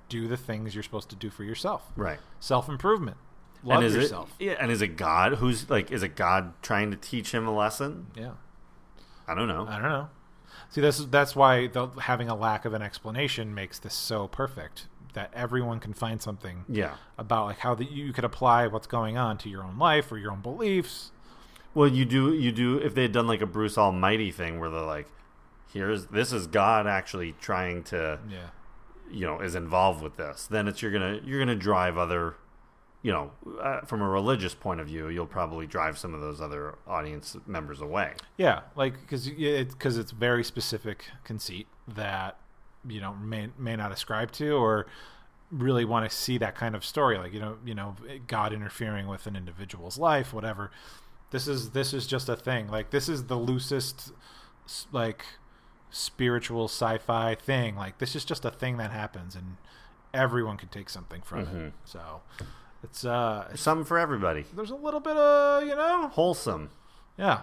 C: do the things you're supposed to do for yourself.
B: Right.
C: Self improvement, love
B: and is
C: yourself.
B: it? Yeah. And is it God who's like? Is it God trying to teach him a lesson?
C: yeah.
B: I don't know.
C: I don't know. See, this is that's why the, having a lack of an explanation makes this so perfect that everyone can find something
B: yeah.
C: about like how that you could apply what's going on to your own life or your own beliefs.
B: Well, you do. You do. If they had done like a Bruce Almighty thing, where they're like, "Here's this is God actually trying to,
C: Yeah,
B: you know, is involved with this," then it's you're gonna you're gonna drive other. You know, uh, from a religious point of view, you'll probably drive some of those other audience members away.
C: yeah, like because it's because it's very specific conceit that you know may may not ascribe to or really want to see that kind of story like you know you know god interfering with an individual's life whatever this is this is just a thing like this is the loosest s- like spiritual sci-fi thing like this is just a thing that happens and everyone can take something from it so it's uh it's-
B: Something for everybody.
C: there's a little bit of you know
B: Wholesome.
C: yeah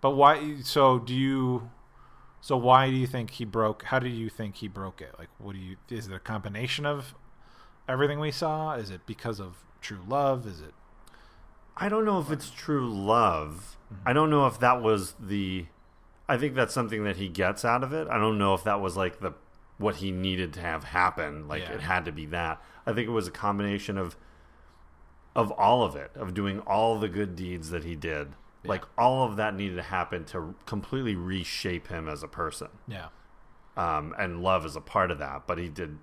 C: but why so do you so why do you think he broke how do you think he broke it like what do you is it a combination of everything we saw is it because of true love is it
B: I don't know if it's true love. I don't know if that was the. I think that's something that he gets out of it. I don't know if that was like the what he needed to have happen. Like
C: Yeah.
B: it had to be that. I think it was a combination of of all of it, of doing all the good deeds that he did. Like all of that needed to happen to completely reshape him as a person
C: yeah
B: um, and love is a part of that. But he did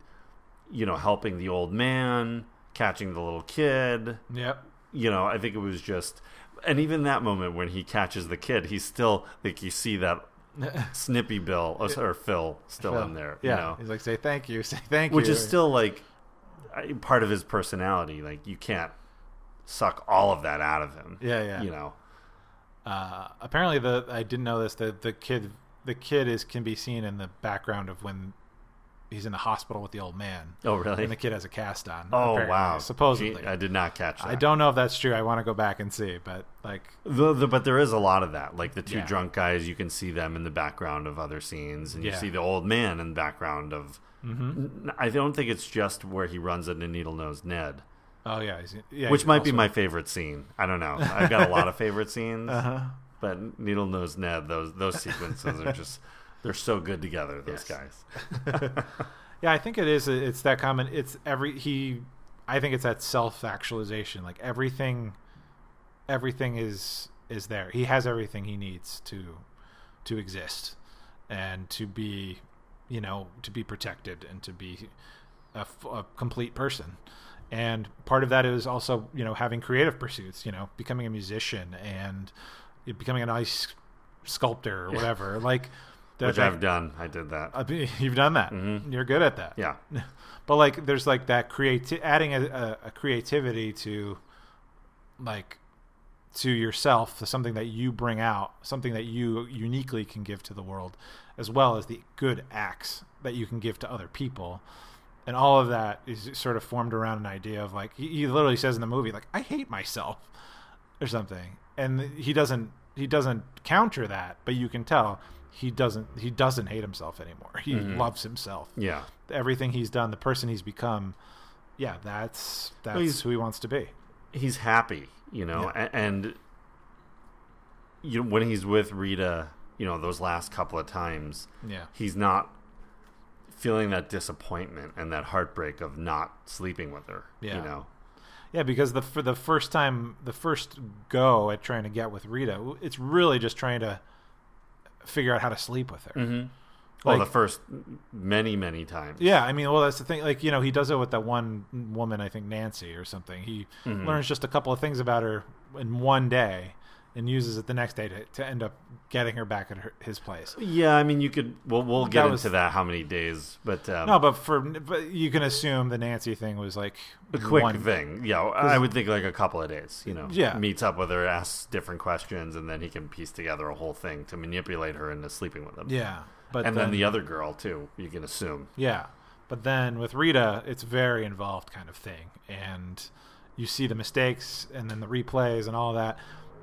B: you know, helping the old man, catching the little kid.
C: Yep.
B: You know, I think it was just, and even that moment when he catches the kid, he's still like you see that snippy Bill or, or Phil still in there.
C: Yeah.
B: You know?
C: He's like, say thank you, say thank
B: which
C: you.
B: is still like I- part of his personality. Like you can't suck all of that out of him.
C: Yeah, yeah.
B: You know,
C: uh, apparently the I didn't know this. The the kid the kid is can be seen in the background of when he's in the hospital with the old man.
B: Oh, really?
C: And the kid has a cast on.
B: oh
C: apparently,
B: wow,
C: Supposedly.
B: Gee, I did not catch that.
C: I don't know if that's true. I want to go back and see, but like,
B: The, the, but there is a lot of that. Like the two
C: Yeah.
B: drunk guys, you can see them in the background of other scenes, and
C: Yeah. Mm-hmm.
B: you see the old man in the background of. N- I don't think it's just where he runs into Needle Nose Ned,
C: oh yeah, he's, yeah
B: which
C: he's
B: might be
C: also-
B: my favorite scene. I don't know. I've got a lot of favorite scenes,
C: Uh-huh.
B: but Needle Nose Ned, those those sequences are just they're so good together. Those guys.
C: Yeah, I think it is. uh, It's that common. It's every he. I think it's that self actualization. Like everything, everything is is there. He has everything he needs to to exist and to be, you know, to be protected and to be a, f- a complete person. And part of that is also, you know, having creative pursuits. You know, becoming a musician and becoming an ice sculptor or whatever. like, that-
B: which I've done. I did that.
C: I mean, You've done that. You're good at that.
B: yeah,
C: But like, there's like that creati- adding a, a, a creativity to, like, to yourself, to something that you bring out, something that you uniquely can give to the world, as well as the good acts that you can give to other people, and all of that is sort of formed around an idea of like he, he literally says in the movie like I hate myself, or something, and he doesn't he doesn't counter that, but you can tell he doesn't he doesn't hate himself anymore. He loves himself
B: yeah.
C: everything he's done, the person he's become, yeah, that's that's
B: he's-
C: who he wants to be.
B: He's happy, you know, a- and you know, when he's with Rita, you know, those last couple of times,
C: Yeah.
B: he's not feeling that disappointment and that heartbreak of not sleeping with her.
C: Yeah.
B: You know,
C: Yeah, because the for the first time, the first go at trying to get with Rita, it's really just trying to figure out how to sleep with her.
B: well,
C: Like-
B: the first many, many times.
C: Yeah, I mean, well, that's the thing. Like, you know, he does it with that one woman, I think Nancy or something. He
B: Mm-hmm.
C: learns just a couple of things about her in one day, and uses it the next day to, to end up getting her back at her, his place.
B: Yeah, I mean, you could. Well, we'll get
C: That
B: into
C: was-
B: that. How many days? But um,
C: No, but for but you can assume the Nancy thing was like
B: a quick
C: one,
B: thing. Yeah, I would think like a couple of days. You know,
C: Yeah.
B: meets up with her, asks different questions, and then he can piece together a whole thing to manipulate her into sleeping with him.
C: Yeah, but
B: and then, the other girl too. You can assume.
C: Yeah. But then with Rita, it's a very involved kind of thing. And you see the mistakes and then the replays and all that.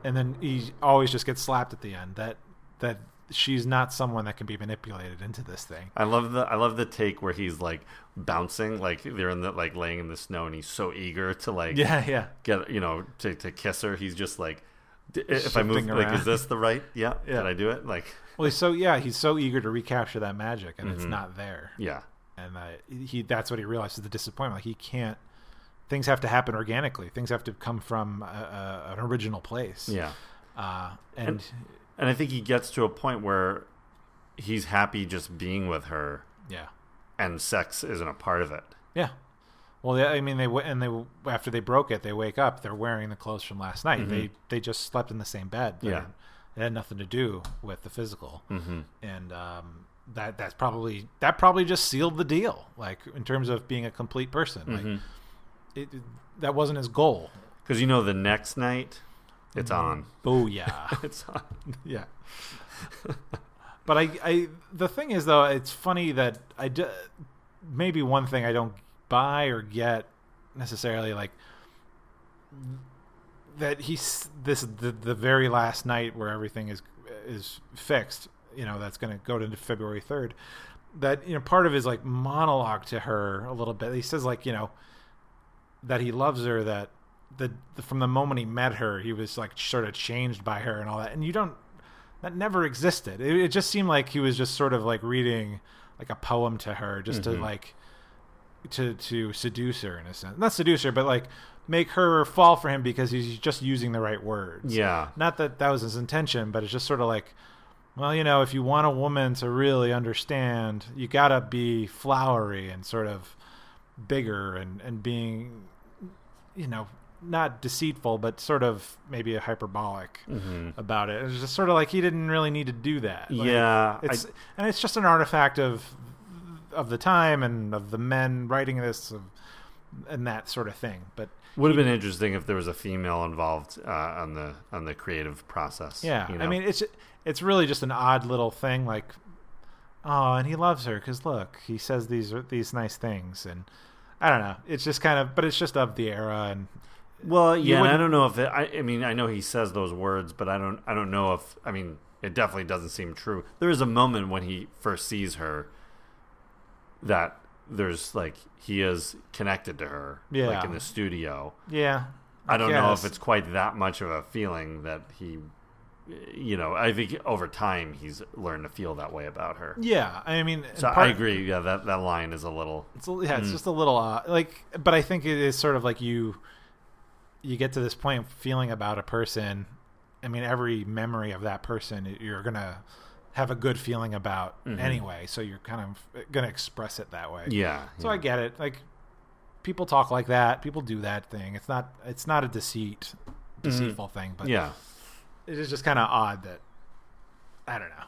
C: And then he always just gets slapped at the end that that she's not someone that can be manipulated into this thing.
B: I love the I love the take where he's like bouncing, like they're in the like laying in the snow, and he's so eager to like
C: Yeah, yeah.
B: get you know to, to kiss her. He's just like, D- if I move,
C: Shifting
B: like,
C: around.
B: is this the right? Yeah,
C: Yeah.
B: did I do it? Like,
C: Well, he's so yeah, he's so eager to recapture that magic and
B: Mm-hmm.
C: it's not there.
B: yeah,
C: And uh, he that's what he realizes the disappointment like he can't things have to happen organically. Things have to come from a, a, an original place.
B: yeah.
C: Uh, and
B: And I think he gets to a point where he's happy just being with her,
C: yeah.
B: and sex isn't a part of it.
C: Yeah. Well, yeah, I mean, they wa- and they after they broke it, they wake up. They're wearing the clothes from last night. They they just slept in the same bed. They
B: Yeah.
C: didn't- it had nothing to do with the physical. Mm-hmm. And um, that that's probably that probably just sealed the deal. Like in terms of being a complete person, like it, that wasn't his goal.
B: Because you know, the next night, it's on.
C: Oh yeah.
B: It's on.
C: Yeah. but I, I, the thing is though, it's funny that I d- maybe one thing I don't buy or get necessarily like that he's this the, the very last night where everything is is fixed. You know, that's going to go to February third. That you know, part of his like monologue to her a little bit. He says like you know that he loves her that the, the from the moment he met her he was like sort of changed by her and all that and you don't that never existed it, it just seemed like he was just sort of like reading like a poem to her just to like to to seduce her in a sense not seduce her but like make her fall for him because he's just using the right words
B: Yeah.
C: not that that was his intention but it's just sort of like well you know if you want a woman to really understand you gotta be flowery and sort of bigger and and being you know not deceitful but sort of maybe hyperbolic about it. It's just sort of like he didn't really need to do that.
B: Mm-hmm.
C: Like,
B: Yeah, I-
C: it's and it's just an artifact of of the time and of the men writing this of, and that sort of thing. But
B: Would have been interesting if there was a female involved uh, on the on the creative process.
C: yeah,
B: you
C: I
B: know?
C: mean it's it's really just an odd little thing. Like, oh, and he loves her because look, he says these these nice things, and I don't know. It's just kind of, but it's just of the era, and
B: well, yeah, and I
C: wouldn't-
B: don't know if it, I, I mean I know he says those words, but I don't I don't know if I mean it definitely doesn't seem true. There is a moment when he first sees her that there's like he is connected to her,
C: Yeah.
B: like in the studio.
C: yeah.
B: I don't know if
C: guess.
B: it's quite that much of a feeling that he, you know, I think over time he's learned to feel that way about her.
C: Yeah, I mean,
B: So
C: part-
B: I agree. Hmm. Yeah, that, that line is a little.
C: It's a- yeah, it's just a little uh, like, but I think it is sort of like you, you get to this point of feeling about a person. I mean, every memory of that person, you're gonna have a good feeling about
B: Mm-hmm.
C: anyway. So you're kind of gonna express it that way.
B: Yeah.
C: So
B: yeah.
C: I get it. Like, people talk like that. People do that thing. It's not. It's not a deceit, deceitful thing. But
B: Yeah.
C: it is just kind of odd that I don't know.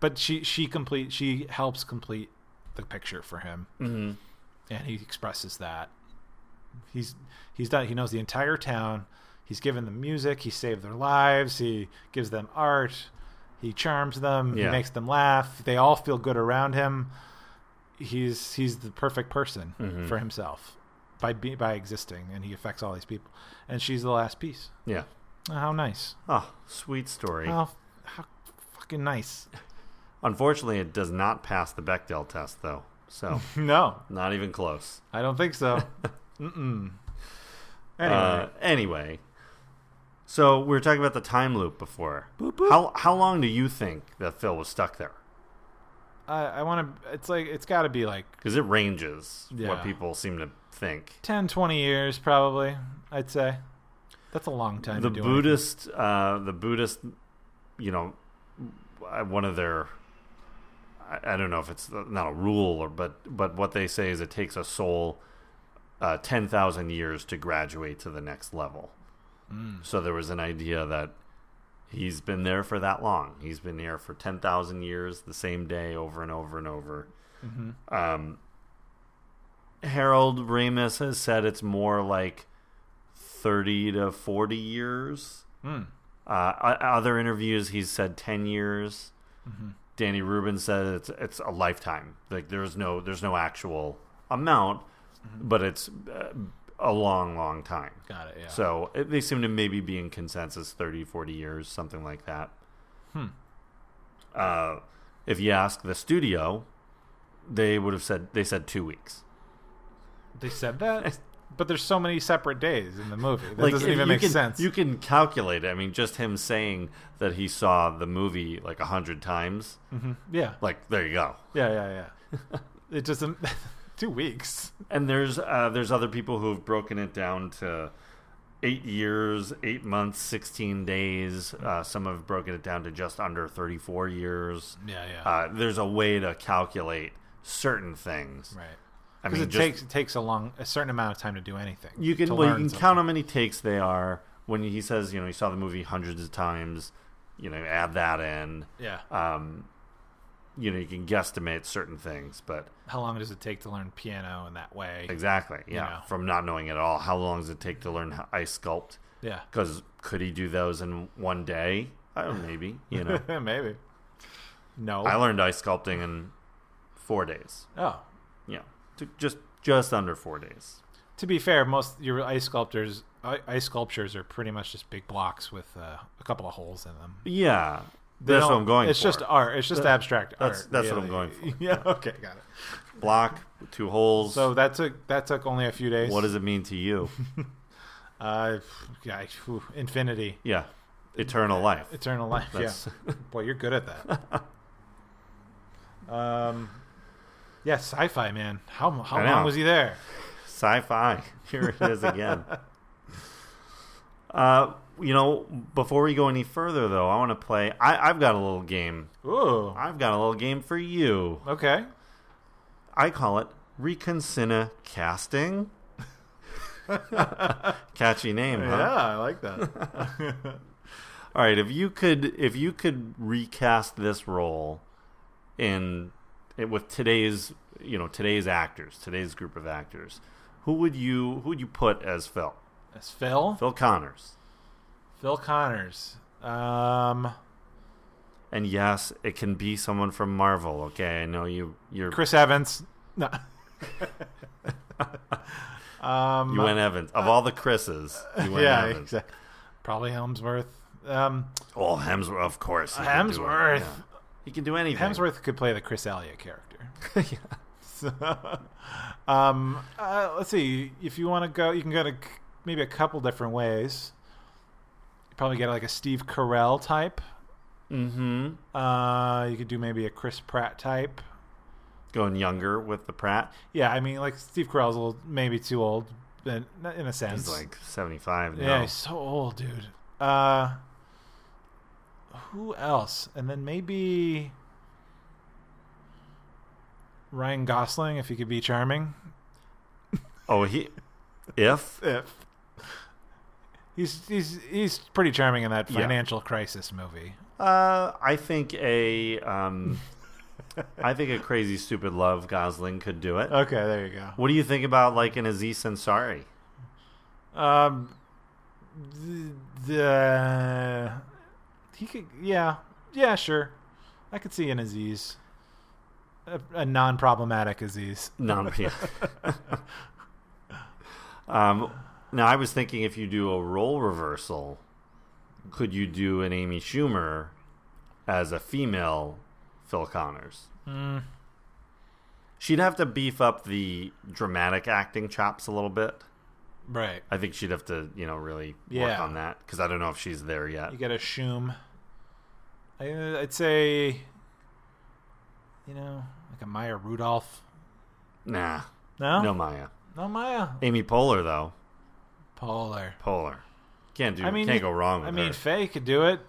C: But she she complete she helps complete the picture for him, mm-hmm. and he expresses that he's he's done. He knows the entire town. He's given them music. He saved their lives. He gives them art. He charms them.
B: Yeah.
C: He makes them laugh. They all feel good around him. He's he's the perfect person for himself by be, by existing, and he affects all these people. And she's the last piece.
B: Yeah.
C: How nice.
B: Oh, sweet story.
C: How, Oh, how fucking nice.
B: Unfortunately, it does not pass the Bechdel test, though. So
C: No,
B: not even close.
C: I don't think so. Mm-mm. Anyway,
B: Uh, anyway, so we were talking about the time loop before. How how long do you think that Phil was stuck there?
C: I, I want to. It's like it's got to be like
B: Because it ranges
C: Yeah.
B: what people seem to think.
C: 10, 20 years probably. I'd say that's a long time.
B: the
C: to do
B: Buddhist, uh, the Buddhist, you know, uh, one of their, I, I don't know if it's not a rule or but but what they say is it takes a soul uh, ten thousand years to graduate to the next level. So there was an idea that he's been there for that long. He's been here for ten thousand years, the same day over and over and over. Um, Harold Ramis has said it's more like 30 to 40 years.
C: Hmm.
B: Uh, o- other interviews, he's said 10 years.
C: Mm-hmm.
B: Danny Rubin said it's it's a lifetime. Like there's no there's no actual amount, but it's uh, a long, long time.
C: Mm-hmm. Got it. Yeah.
B: So it, they seem to maybe be in consensus 30, 40 years, something like that. Hmm. Uh, if you ask the studio, they would have said they said two weeks.
C: they said that, but there's so many separate days in the movie that doesn't
B: if
C: even
B: you
C: make
B: can-
C: sense.
B: You can calculate it. I mean, just him saying that he saw the movie like a hundred times.
C: yeah.
B: Like there you go.
C: Yeah. Yeah. Yeah. it just two weeks.
B: And there's uh, there's other people who have broken it down to eight years, eight months, sixteen days. Uh, some have broken it down to just under thirty four years.
C: Yeah. Yeah.
B: Uh, there's a way to calculate certain things.
C: right.
B: I
C: Because
B: mean,
C: it
B: just-
C: takes it takes a long a certain amount of time to do anything.
B: You can
C: to
B: well, you
C: learn
B: can
C: something.
B: count how many takes they are. When he says, you know, he saw the movie hundreds of times, you know, add that in.
C: Yeah.
B: Um, you know, you can guesstimate certain things, but
C: how long does it take to learn piano in that way?
B: exactly, yeah,
C: Yeah.
B: from not knowing at all, how long does it take to learn how ice sculpt?
C: Yeah.
B: Because could he do those in one day? Oh, maybe. You know,
C: Maybe. No.
B: I learned ice sculpting in four days.
C: oh.
B: Yeah, T- just just under four days.
C: To be fair, most your ice sculptors i- ice sculptures are pretty much just big blocks with uh, a couple of holes in them.
B: Yeah,
C: They
B: that's what
C: don't-
B: I'm going.
C: It's
B: for.
C: just art. It's just abstract
B: that's-
C: art.
B: that's what I'm going
C: for. yeah. Okay. Got it.
B: block two holes.
C: So that took that took only a few days.
B: what does it mean to you?
C: Uh, yeah, phew, infinity,
B: yeah, eternal life.
C: eternal life.
B: That's-
C: Yeah. Boy, you're good at that. um. Yeah, sci-fi man. How how
B: I
C: long
B: know.
C: was he there?
B: Sci-fi. Here it is again. uh, you know, before we go any further, though, I want to play. I, I've got a little game.
C: Ooh.
B: I've got a little game for you.
C: Okay.
B: I call it Reconsider casting. Catchy name, huh?
C: Yeah, I like that.
B: All right, if you could if you could recast this role in it, with today's, you know, today's actors, today's group of actors, who would you who would you put as Phil?
C: That's Phil.
B: Phil Connors.
C: Phil Connors. Um,
B: And yes, it can be someone from Marvel, okay? I know you you're
C: Chris Evans. No. um,
B: you went Evans. Of all the Chris's, you went
C: yeah,
B: Evans.
C: exactly. Probably Helmsworth. Um,
B: Oh, Hemsworth, of course. he can do it,
C: Hemsworth.
B: yeah. He can do anything.
C: Hemsworth could play the Chris Elliott character. So, um, uh, let's see. If you want to go, you can go to c- maybe a couple different ways. You probably get like a Steve Carell type.
B: Mm-hmm.
C: Uh, you could do maybe a Chris Pratt type.
B: Going younger with the Pratt.
C: Yeah, I mean, like Steve Carell's a little, maybe too old, in, in a sense.
B: He's like 75 now.
C: yeah, he's so old, dude. Uh, who else? And then maybe Ryan Gosling, if he could be charming.
B: Oh, he. If
C: If he's he's he's pretty charming in that
B: Yeah.
C: financial crisis movie.
B: uh, I think a, um, I think a crazy stupid love Gosling could do it.
C: Okay, there you go.
B: What do you think about like an Aziz Ansari?
C: Um, the, the he could, yeah, yeah, sure. I could see an Aziz, a, a non-problematic Aziz.
B: No, yeah. um, now I was thinking if you do a role reversal, could you do an Amy Schumer as a female Phil Connors?
C: Mm.
B: She'd have to beef up the dramatic acting chops a little bit.
C: Right.
B: I think she'd have to, you know, really work
C: Yeah.
B: on that because I don't know if she's there yet.
C: You got a Shum. I, uh, I'd say, you know, like a Maya Rudolph.
B: Nah,
C: No,
B: no Maya.
C: no Maya
B: Amy Poehler though,
C: Polar.
B: Poehler can't do.
C: I mean,
B: can't
C: you-
B: go wrong. With
C: I mean,
B: her.
C: Faye could do it.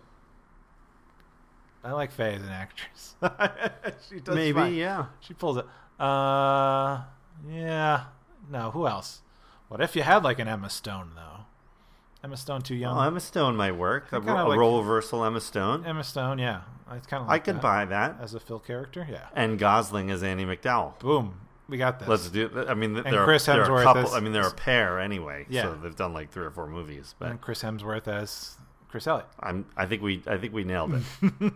C: I like Faye as an actress. she does
B: maybe
C: fine.
B: yeah.
C: She pulls it. Uh, yeah. No, who else? What if you had like an Emma Stone though? Emma Stone too young.
B: Oh, Emma Stone might work. A,
C: I kinda
B: ro- a
C: like-
B: role reversal Emma Stone.
C: Emma Stone, yeah. I kind of.
B: I
C: Like
B: could
C: that
B: buy that.
C: as a Phil character. Yeah.
B: And Gosling as Annie McDowell.
C: Boom. We got this.
B: Let's do. I mean, th-
C: And
B: they're,
C: Chris
B: they're a
C: Hemsworth
B: couple.
C: as-
B: I mean, they're a pair anyway.
C: Yeah.
B: So they've done like three or four movies. But
C: and Chris Hemsworth as Chris Elliott.
B: I'm. I think we. I think we nailed it.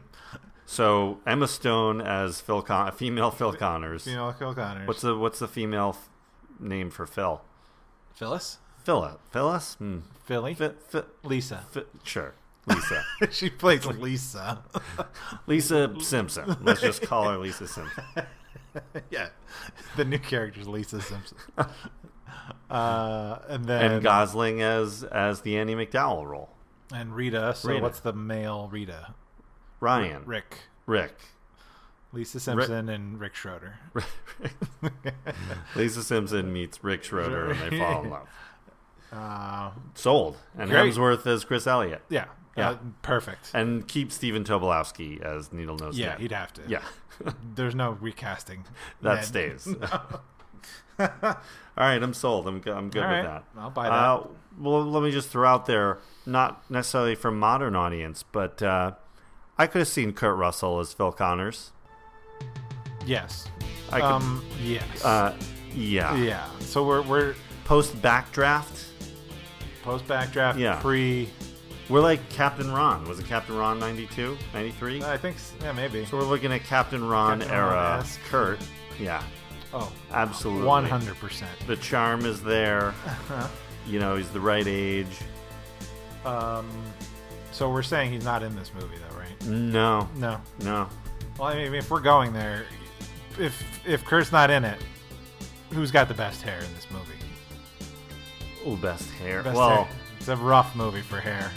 B: so Emma Stone as Phil Con- a female Phil Connors.
C: You know, Phil Connors.
B: What's the What's the female f- name for Phil?
C: Phyllis?
B: Philip. Phyllis. Hmm.
C: Philly.
B: Fi- fi-
C: Lisa.
B: fi- sure. Lisa.
C: she plays Lisa.
B: Lisa Simpson. Let's just call her Lisa Simpson.
C: yeah. The new character's Lisa Simpson. uh, and then
B: And Gosling as as the Annie McDowell role.
C: and Rita. So
B: Rita.
C: what's the male Rita?
B: Ryan.
C: Rick.
B: Rick.
C: Lisa Simpson and Rick Schroeder.
B: Lisa Simpson meets Rick Schroeder and they fall in love.
C: Uh,
B: Sold. And
C: Great.
B: Hemsworth as Chris Elliott.
C: yeah.
B: Yeah.
C: Uh, perfect.
B: And keep Stephen Tobolowsky as Needle Nose
C: yeah,
B: Ned.
C: he'd have to.
B: Yeah.
C: There's no recasting.
B: That
C: Ned.
B: stays. All right, I'm sold. I'm, go- I'm good
C: All
B: with
C: right,
B: that.
C: I'll buy that.
B: Uh, well, let me just throw out there, not necessarily for modern audience, but uh, I could have seen Kurt Russell as Phil Connors.
C: Yes.
B: I could,
C: um. Yes.
B: uh, yeah.
C: yeah. So we're we're
B: Post backdraft,
C: post backdraft.
B: Yeah.
C: Pre.
B: we're like Captain Ron. Was it Captain Ron 92, 93?
C: I think. s- Yeah. Maybe.
B: So we're looking at Captain Ron
C: Uh, Captain
B: era
C: Ron-esque.
B: Kurt. Yeah,
C: Oh.
B: absolutely.
C: One hundred Uh-huh. percent.
B: The charm is there. you know, he's the right age.
C: Um. So we're saying he's not in this movie though, right?
B: No,
C: No.
B: no.
C: Well, I mean, if we're going there, if if Kurt's not in it, who's got the best hair in this movie?
B: Oh, best hair.
C: Best
B: well,
C: hair. it's a rough movie for hair.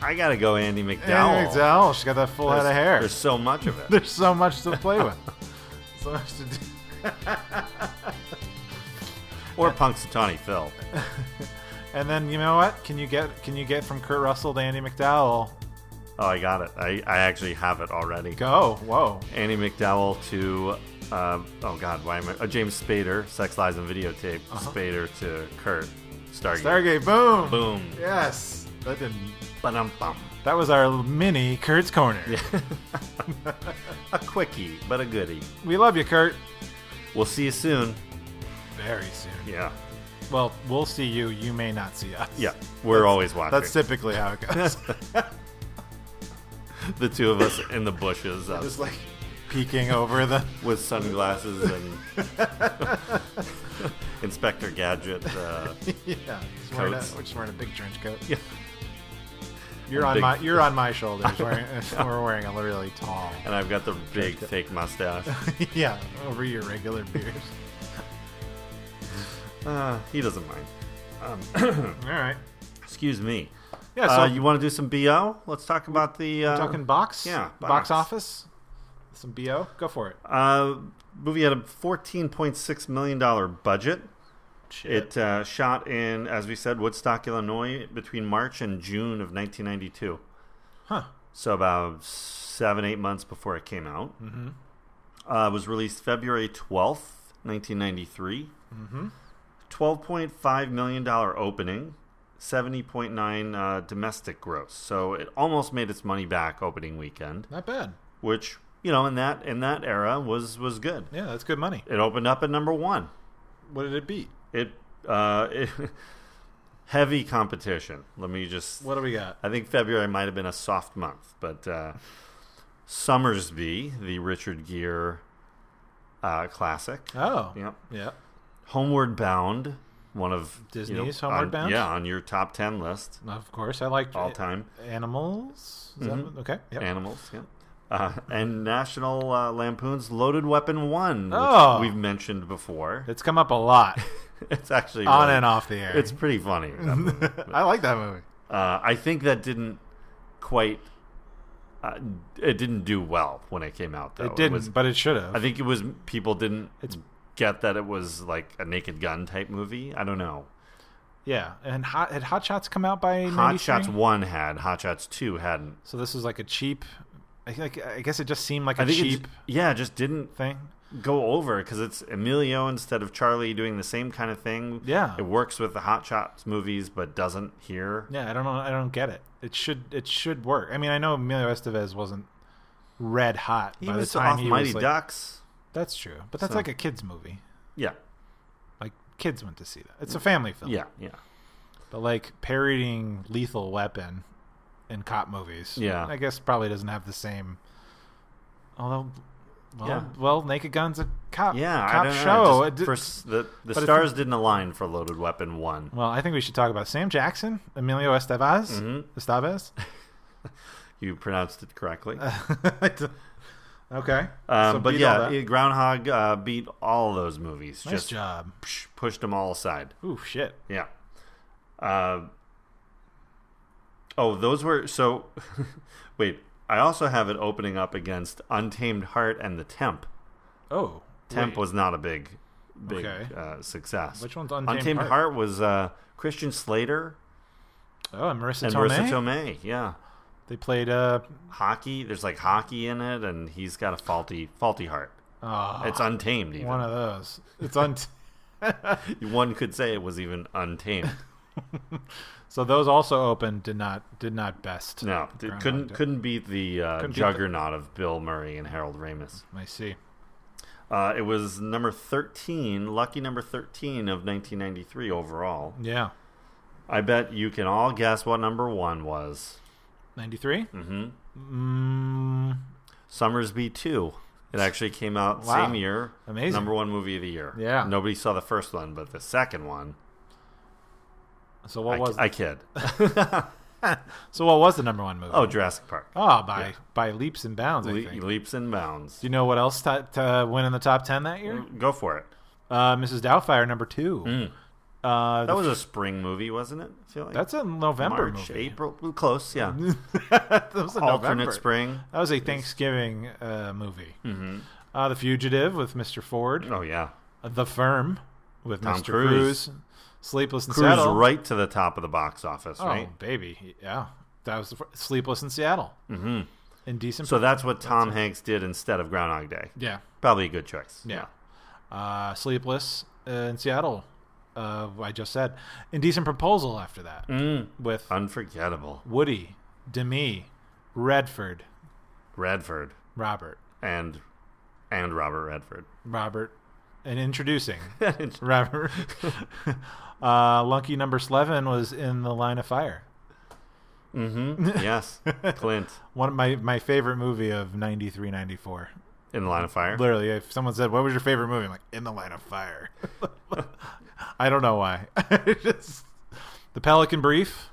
B: I gotta go Andy McDowell.
C: Annie McDowell, oh, she's got that full head
B: There's,
C: of hair.
B: there's
C: There's,
B: so much of it.
C: so much to play with. so much to do.
B: or Punxsutawney Phil.
C: And then you know what? Can you get can you get from Kurt Russell to Andy McDowell?
B: Oh, I got it. I, I actually have it already.
C: Go! Whoa!
B: Andy McDowell to uh, oh God, why am I? Uh, James Spader, Sex Lies and Videotape, Spader to Kurt, Stargate.
C: Uh-huh. Stargate, boom,
B: Boom.
C: Yes, that didn't.
B: Ba-dum-bum.
C: That was our mini Kurt's corner.
B: A quickie, but a goodie.
C: We love you, Kurt.
B: We'll see you soon.
C: Very soon.
B: Yeah.
C: Well, we'll see you. You may not see us.
B: Yeah. We're always watching.
C: That's typically how it goes.
B: The two of us in the bushes uh,
C: Just like peeking over the.
B: with sunglasses and Inspector Gadget. Uh,
C: Yeah, he's wearing a,
B: Coats.
C: we're just wearing a big trench coat.
B: yeah.
C: You're
B: A
C: on
B: big-
C: my you're on my shoulders. Wearing, we're wearing a really tall.
B: And I've got the big fake mustache.
C: yeah, over your regular beard.
B: Uh, he doesn't mind.
C: All right.
B: Excuse me.
C: Yeah. So
B: uh, you want to do some BO? Let's talk about the uh,
C: talking box?
B: yeah, box.
C: box office. Some bo. Go for it.
B: Uh, movie had a fourteen point six million dollar budget. It uh, shot in, as we said, Woodstock, Illinois, between March and June of 1992.
C: Huh.
B: So about seven, eight months before it came out. Mm-hmm. Uh, it was released February 12th, 1993. $12.5 million opening, 70.9 uh, domestic gross. So it almost made its money back opening weekend,
C: Not bad.
B: which you know in that in that era was was good.
C: Yeah, that's good money.
B: It opened up at number one.
C: What did it beat?
B: It, uh, it heavy competition. Let me just.
C: What do we got?
B: I think February might have been a soft month, but uh, Summersby, the Richard Gere uh, classic.
C: Oh.
B: Yep.
C: Yeah.
B: Homeward Bound, one of you know,
C: Disney's Homeward
B: on-
C: Bound?
B: Yeah, on your top ten list
C: Of course, I liked
B: all time.
C: animals. Is that
B: Mhm.
C: what- okay. Yep.
B: Animals. Yeah. Uh, and National uh, Lampoon's Loaded Weapon One, which
C: Oh.
B: we've mentioned before.
C: It's come up a lot
B: It's actually
C: on
B: really-
C: and off the air.
B: It's pretty funny. that movie.
C: I like that movie.
B: Uh, I think that didn't quite. Uh, it didn't do well when it came out, though.
C: it didn't,
B: was-
C: but it should
B: I
C: have.
B: think it was people didn't
C: It's-
B: get that it was like a Naked Gun type movie. I don't know.
C: Yeah. And Hot, had Hot Shots come out by
B: Hot
C: 93?
B: Shots One had, Hot Shots Two hadn't.
C: So this was like a cheap. I, think- I guess it just seemed like a
B: I think it
C: cheap
B: j- yeah, it just didn't
C: thing.
B: go over because it's Emilio instead of Charlie doing the same kind of thing.
C: Yeah.
B: it works with the Hot Shots movies, but doesn't here.
C: Yeah, I don't know. I don't get it. It should it should work. I mean, I know Emilio Estevez wasn't red hot
B: He
C: by
B: was
C: the time
B: off
C: he
B: Mighty
C: was. Like,
B: Ducks.
C: That's true, but that's
B: So-
C: like a kids movie.
B: Yeah,
C: Like kids went to see that. It's a family film.
B: Mm, yeah, yeah.
C: but like parodying Lethal Weapon in cop movies.
B: Yeah.
C: I guess probably doesn't have the same. Although, well,
B: Yeah.
C: well, Naked Gun's a cop.
B: Yeah,
C: cop
B: I don't
C: show.
B: Know.
C: It
B: Just
C: did-
B: for s- the the
C: it's-
B: stars didn't align for Loaded Weapon One.
C: Well, I think we should talk about Sam Jackson, Emilio Estevez,
B: Mm-hmm.
C: Estevez.
B: You pronounced it correctly.
C: okay.
B: Um,
C: Uh, So
B: but
C: beat all
B: yeah,
C: that.
B: it- Groundhog uh, beat all those movies.
C: nice
B: just
C: job.
B: psh, pushed them all aside.
C: Ooh, shit.
B: Yeah. Uh, oh, those were so. wait, I also have it opening up against Untamed Heart and The Temp.
C: Oh,
B: Temp
C: wait.
B: was not a big, big
C: Okay.
B: uh, success.
C: Which one's Untamed Heart?
B: was uh, Christian Slater
C: Oh, and Marissa
B: and
C: Tomei.
B: Marissa Tomei. Yeah.
C: They played. Uh,
B: hockey. There's like hockey in it, and he's got a faulty faulty heart.
C: oh,
B: It's untamed. Even
C: one of those. It's un.
B: one could say it was even untamed.
C: so those also opened. Did not. Did not best.
B: No, it
C: Groundhog
B: couldn't
C: Day.
B: couldn't beat the uh,
C: Couldn't beat the-
B: juggernaut of Bill Murray and Harold Ramis.
C: I see.
B: Uh, it was number thirteen, lucky number thirteen of 1993 overall.
C: Yeah.
B: I bet you can all guess what number one was.
C: 93?
B: Mm-hmm.
C: Mm,
B: Summersby two. It actually came out
C: Wow.
B: same year.
C: Amazing.
B: Number one movie of the year.
C: Yeah.
B: Nobody saw the first one, but the second one.
C: so what
B: I,
C: was
B: I kid.
C: So what was the number one movie?
B: Oh, Jurassic Park.
C: Oh, by
B: yeah.
C: by leaps and bounds, I
B: Le-
C: think.
B: leaps and bounds.
C: Do you know what else to, to win in the top 10 that year?
B: Go for it.
C: Uh, Mrs. Doubtfire number 2. Uh,
B: Mm. Hmm. That was a spring movie, wasn't it? I feel like
C: that's a November
B: March,
C: movie.
B: April, well, close, yeah.
C: that was a
B: Alternate
C: November.
B: spring.
C: That was a Thanksgiving uh, movie. Mm-hmm. Uh, the Fugitive with Mr. Ford.
B: Oh yeah,
C: The Firm with
B: Tom
C: Mr.
B: Cruise.
C: Cruise. Sleepless in
B: cruise
C: Seattle.
B: right to the top of the box office,
C: Oh,
B: right?
C: baby. Yeah. That was the fir- Sleepless in Seattle. Mm-hmm. Indecent.
B: So that's what Tom Hanks did instead of Groundhog Day.
C: yeah,
B: Probably a good choice.
C: yeah. Uh, Sleepless uh, in Seattle. Uh, I just said Indecent Proposal. After that,
B: Mm,
C: with
B: unforgettable.
C: Woody, Demi, Redford,
B: Radford
C: Robert,
B: and and Robert Radford.
C: Robert, and introducing Robert. uh, Lucky Number Eleven was in the Line of Fire.
B: mm-hmm. Yes. Clint
C: One of my, my favorite movie of 93, 94.
B: in the line of fire.
C: Literally, if someone said, "What was your favorite movie?" I'm like, "In the Line of Fire." I don't know why. Just- the Pelican Brief.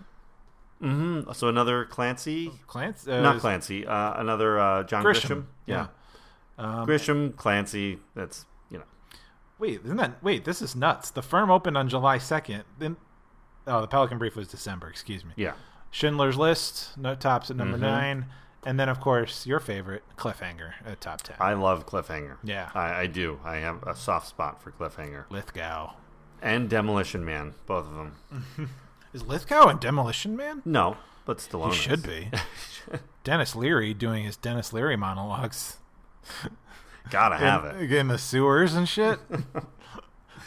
B: Mm-hmm. So another Clancy,
C: Clancy. Uh,
B: not Clancy, uh, another uh, John Grisham.
C: Grisham. Yeah. Um,
B: Grisham, Clancy. That's you know.
C: wait, isn't that? Wait, this is nuts. The firm opened on July second. Then, oh, the Pelican Brief was December. Excuse me.
B: Yeah.
C: Schindler's List. No tops at number
B: Mhm.
C: nine, and then of course your favorite, Cliffhanger, at top ten.
B: I love Cliffhanger.
C: Yeah.
B: I, I do. I have a soft spot for Cliffhanger
C: Lithgow.
B: and Demolition Man, both of them.
C: Is Lithgow in Demolition Man?
B: No, but Stallone.
C: He
B: is.
C: should be. Dennis Leary doing his Dennis Leary monologues.
B: Gotta have
C: in,
B: it.
C: in the sewers and shit.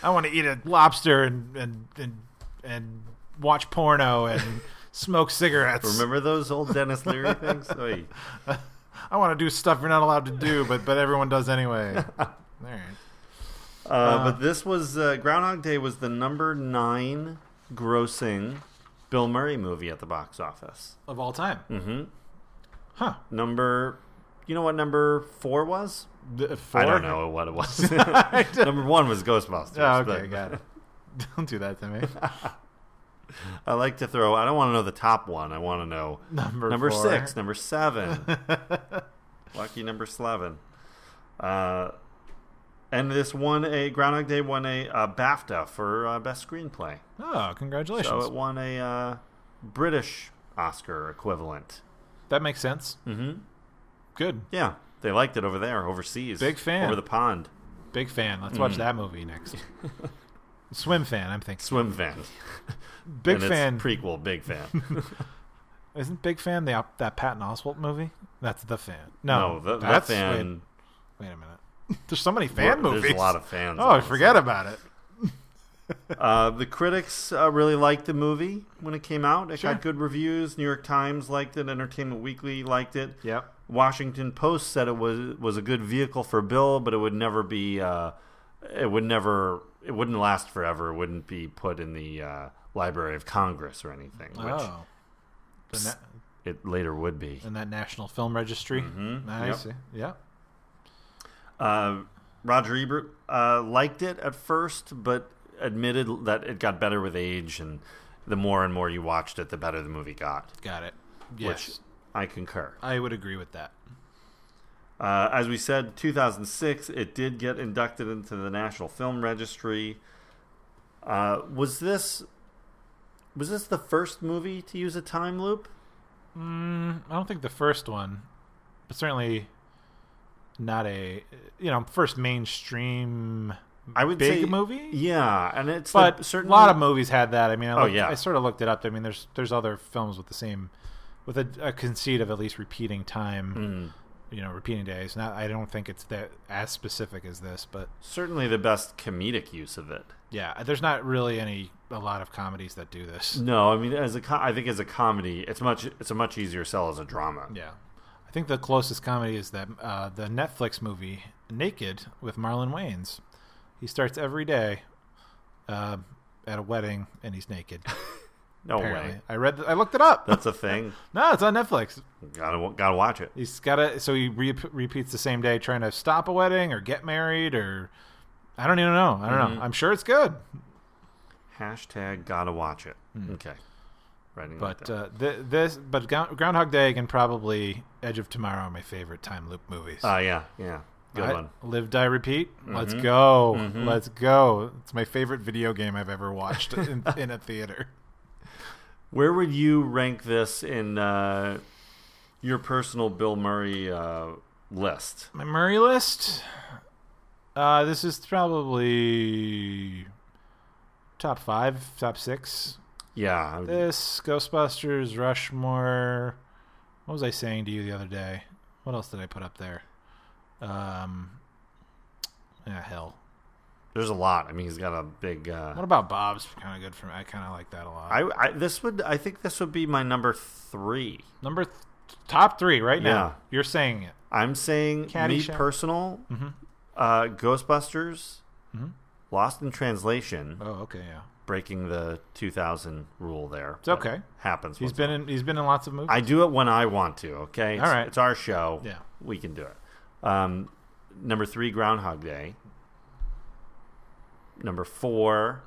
C: I want to eat a lobster and and and, and watch porno and smoke cigarettes.
B: Remember those old Dennis Leary things? Oy.
C: I want to do stuff you're not allowed to do, but but everyone does anyway. All right.
B: Uh, but this was uh, Groundhog Day was the number nine grossing Bill Murray movie at the box office.
C: Of all time,
B: hmm
C: huh?
B: Number, you know what number four was?
C: The- uh,
B: I
C: four?
B: don't know what it was.
C: I don't-
B: number one was Ghostbusters.
C: Oh, okay,
B: but
C: got it. Don't do that to me.
B: I like to throw. I don't want to know the top one. I want to know
C: Number
B: number
C: four.
B: six, number seven, lucky number eleven. Uh, and this won a Groundhog Day won a uh, BAFTA for uh, best screenplay.
C: Oh, congratulations!
B: So it won a uh, British Oscar equivalent.
C: that makes sense.
B: Mm-hmm.
C: Good.
B: Yeah, they liked it over there, overseas.
C: Big fan.
B: over the pond.
C: Big fan. Let's
B: Mm.
C: watch that movie next. Swim fan, I'm thinking.
B: Swim fan.
C: Big
B: And it's
C: fan.
B: prequel. Big fan.
C: Isn't Big Fan the op- that Patton Oswalt movie? That's the fan.
B: no,
C: No,
B: the, the
C: that's
B: fan.
C: Wait, wait a minute. There's so many fan
B: There's
C: movies.
B: a lot of fans.
C: Oh, I
B: honestly.
C: forget about it.
B: Uh, the critics uh, really liked the movie when it came out. It
C: Sure.
B: got good reviews. New York Times liked it. Entertainment Weekly liked it.
C: Yep.
B: Washington Post said it was was a good vehicle for Bill, but it would never be. Uh, it would never. It wouldn't last forever. It wouldn't be put in the uh, Library of Congress or anything, which
C: Oh. The
B: Psst.
C: na-
B: it later would be.
C: in that National Film Registry.
B: Mhm.
C: I
B: Yep.
C: see. Yeah.
B: Uh, Roger Ebert uh, liked it at first, but admitted that it got better with age, and the more and more you watched it, the better the movie got.
C: Got it. Yes.
B: Which I concur.
C: I would agree with that.
B: Uh, as we said, 2006, it did get inducted into the National Film Registry. Uh, was this was this the first movie to use a time loop?
C: Mm, I don't think the first one, but certainly not a you know first mainstream
B: I would
C: big
B: say-
C: movie.
B: Yeah, and it's
C: but
B: the, certainly
C: a lot of movies had that. I mean, I
B: Oh,
C: looked,
B: yeah.
C: I sort of looked it up. I mean, there's there's other films with the same, with a, a conceit of at least repeating time,
B: Mm.
C: you know, repeating days. Not, I don't think it's that as specific as this, but
B: certainly the best comedic use of it.
C: yeah, there's not really any a lot of comedies that do this.
B: No, I mean as a co- I think as a comedy, it's much it's a much easier sell as a drama.
C: Yeah, I think the closest comedy is that uh, the Netflix movie Naked with Marlon Wayans. He starts every day uh, at a wedding and he's naked.
B: no
C: apparently,
B: way,
C: I read, th- I looked it up.
B: that's a thing.
C: no, it's on Netflix.
B: gotta wa- gotta watch it.
C: He's got to, so he re- repeats the same day trying to stop a wedding or get married or I don't even know. I don't
B: Mm-hmm.
C: know. I'm sure it's good,
B: Hashtag gotta watch it. Okay, writing that
C: Hmm. but
B: down.
C: uh, th- this, but Gou- Groundhog Day and probably Edge of Tomorrow are my favorite time loop movies.
B: Ah, yeah, yeah, good
C: Right?
B: one. Mm-hmm.
C: Live, die, repeat. Let's go. Let's go. It's my favorite video game I've ever watched in, in a theater.
B: Where would you rank this in uh, your personal Bill Murray uh, list?
C: My Murray list. Uh, this is probably top five, top six.
B: Yeah, I would-
C: Uh, This Ghostbusters, Rushmore. What was I saying to you the other day? What else did I put up there? Um, yeah, hell.
B: There's a lot. I mean, he's got a big. Uh,
C: What about Bob's? Kind of good for me. I kind of like that a lot.
B: I, I this would I think this would be my number three.
C: Number th- top three right
B: Yeah.
C: now. You're saying it.
B: I'm saying me
C: Caddyshack. Mm-hmm.
B: personal, uh, Ghostbusters, Lost in Translation,
C: Oh, okay, yeah.
B: breaking the 2000 rule. There, it's
C: okay.
B: Happens.
C: He's
B: once
C: been in. He's been in lots of movies.
B: I do it when I want to. Okay. It's,
C: All right.
B: It's our show.
C: Yeah.
B: We can do it. Um, number three, Groundhog Day. Number four,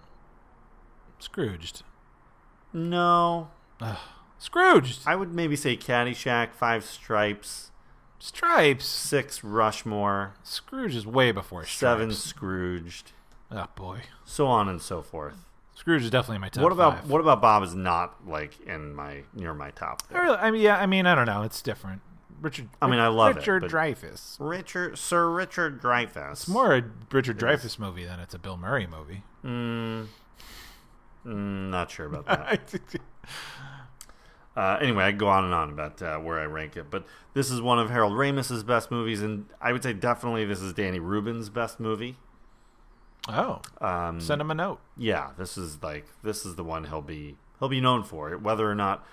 C: Scrooged.
B: no.
C: Scrooged.
B: I would maybe say Caddyshack, Five Stripes,
C: Stripes.
B: six Rushmore,
C: Scrooge is way before
B: seven
C: Stripes.
B: Scrooged,
C: Oh boy.
B: so on and so forth.
C: Scrooge is definitely in my top.
B: what about
C: five.
B: what about Bob is not like in my near my top?
C: I really- I mean, yeah. I mean, I don't know. It's different. Richard.
B: I mean, I love it,
C: Richard
B: but-
C: Dreyfuss. Richard.
B: Sir Richard Dreyfuss.
C: It's more a Richard Dreyfuss movie than it's a Bill Murray movie.
B: Mm, not sure about that.
C: I
B: Uh, anyway, I go on and on about uh, where I rank it, but this is one of Harold Ramis's best movies, and I would say definitely this is Danny Rubin's best movie.
C: Oh,
B: Um,
C: send him a note.
B: yeah, this is like this is the one he'll be he'll be known for. Whether or not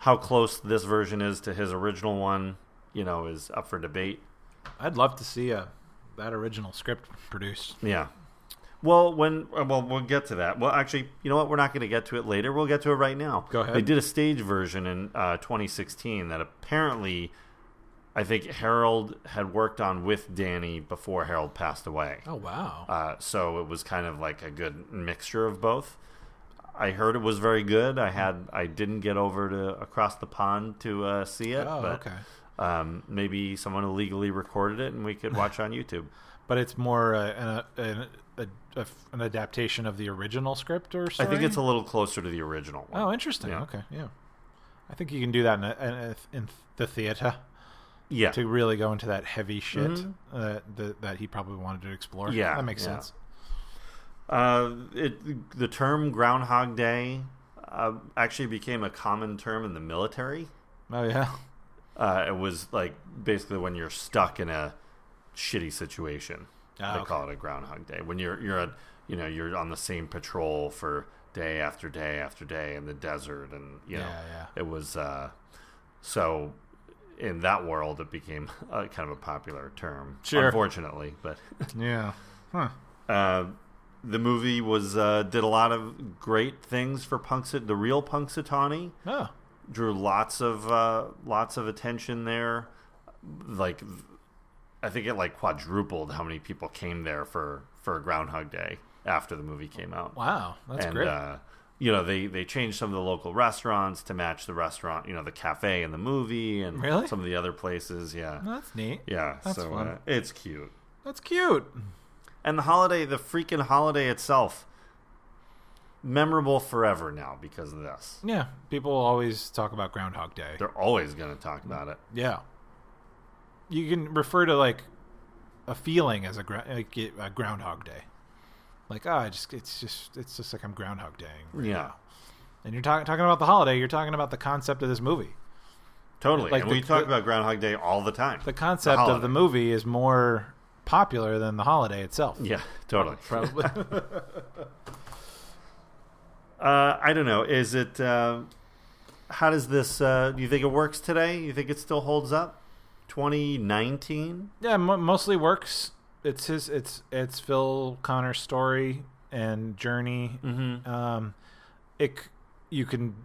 B: how close this version is to his original one, you know, is up for debate.
C: I'd love to see uh that original script produced.
B: Yeah. Well, when uh, well we'll get to that. Well, actually, you know what? We're not going to get to it later. We'll get to it right now.
C: Go ahead.
B: They did a stage version in uh, 2016 that apparently, I think Harold had worked on with Danny before Harold passed away.
C: Oh wow.
B: Uh, so it was kind of like a good mixture of both. I heard it was very good. I
C: Hmm.
B: had I didn't get over to across the pond to uh, see it,
C: oh,
B: but
C: okay.
B: um, maybe someone illegally recorded it and we could watch on YouTube.
C: But it's more uh, an, an, a, a, an adaptation of the original script or
B: I
C: story?
B: think it's a little closer to the original one.
C: Oh, interesting.
B: Yeah.
C: Okay, yeah. I think you can do that in, a, in, a, in the theater
B: Yeah.
C: to really go into that heavy shit uh, that, that he probably wanted to explore.
B: Mm-hmm. Yeah,
C: That makes
B: yeah.
C: sense.
B: Uh, it, the term Groundhog Day uh, actually became a common term in the military.
C: Oh, yeah.
B: Uh, it was like basically when you're stuck in a shitty situation.
C: Ah,
B: they
C: okay.
B: call it a Groundhog Day when you're you're a, you know you're on the same patrol for day after day after day in the desert and you know
C: Yeah, yeah.
B: it was uh, so in that world it became uh kind of a popular term
C: Sure.
B: unfortunately but
C: Yeah. Huh.
B: Uh, the movie was uh, did a lot of great things for Punxsut, the real Punxsutawney.
C: Oh.
B: Drew lots of uh, lots of attention there. Like, I think it like quadrupled how many people came there for for Groundhog Day after the movie came out.
C: Wow. That's
B: and
C: great.
B: uh, you know they they changed some of the local restaurants to match the restaurant, you know, the cafe in the movie and
C: Really?
B: some of the other places. Yeah,
C: No, that's neat.
B: yeah.
C: that's
B: so
C: fun.
B: Uh, it's cute.
C: That's cute.
B: And the holiday, the freaking holiday itself, memorable forever now because of this.
C: Yeah. People always talk about Groundhog Day.
B: They're always going to talk about it.
C: Yeah. You can refer to like a feeling as a, gra- like it- a groundhog day. Like, ah, I just it's just it's just like I'm groundhog daying. right
B: Yeah,
C: now. And you're talking talking about the holiday, you're talking about the concept of this movie.
B: totally.
C: Like
B: and
C: the-
B: we talk
C: the-
B: about Groundhog Day all the time.
C: The concept of
B: holiday.
C: the movie is more popular than the holiday itself.
B: Yeah, totally.
C: Probably.
B: Uh, I don't know. Is it? Uh, how does this? Uh, do you think it works today? You think it still holds up? 2019.
C: yeah, mo mostly works. It's his it's it's Phil Connor's story and journey
B: Mm-hmm.
C: um it c- you can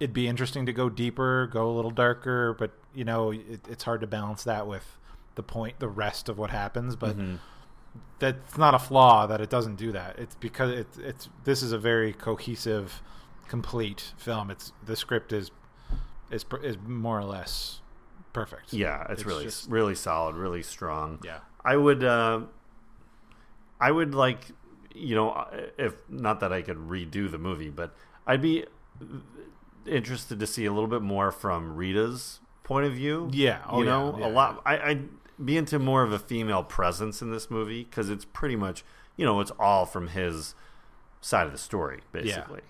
C: it'd be interesting to go deeper go a little darker but you know it, it's hard to balance that with the point the rest of what happens but
B: Mm-hmm.
C: that's not a flaw that it doesn't do that it's because it's it's this is a very cohesive complete film it's the script is is pr- is more or less perfect
B: Yeah, it's,
C: It's
B: really
C: just-
B: really solid, really strong.
C: yeah
B: I would, uh, I would like, you know, if not that I could redo the movie, but I'd be interested to see a little bit more from Rita's point of view.
C: Yeah, oh
B: you
C: yeah,
B: know,
C: yeah.
B: a lot. I, I'd be into more of a female presence in this movie because it's pretty much, you know, it's all from his side of the story, basically.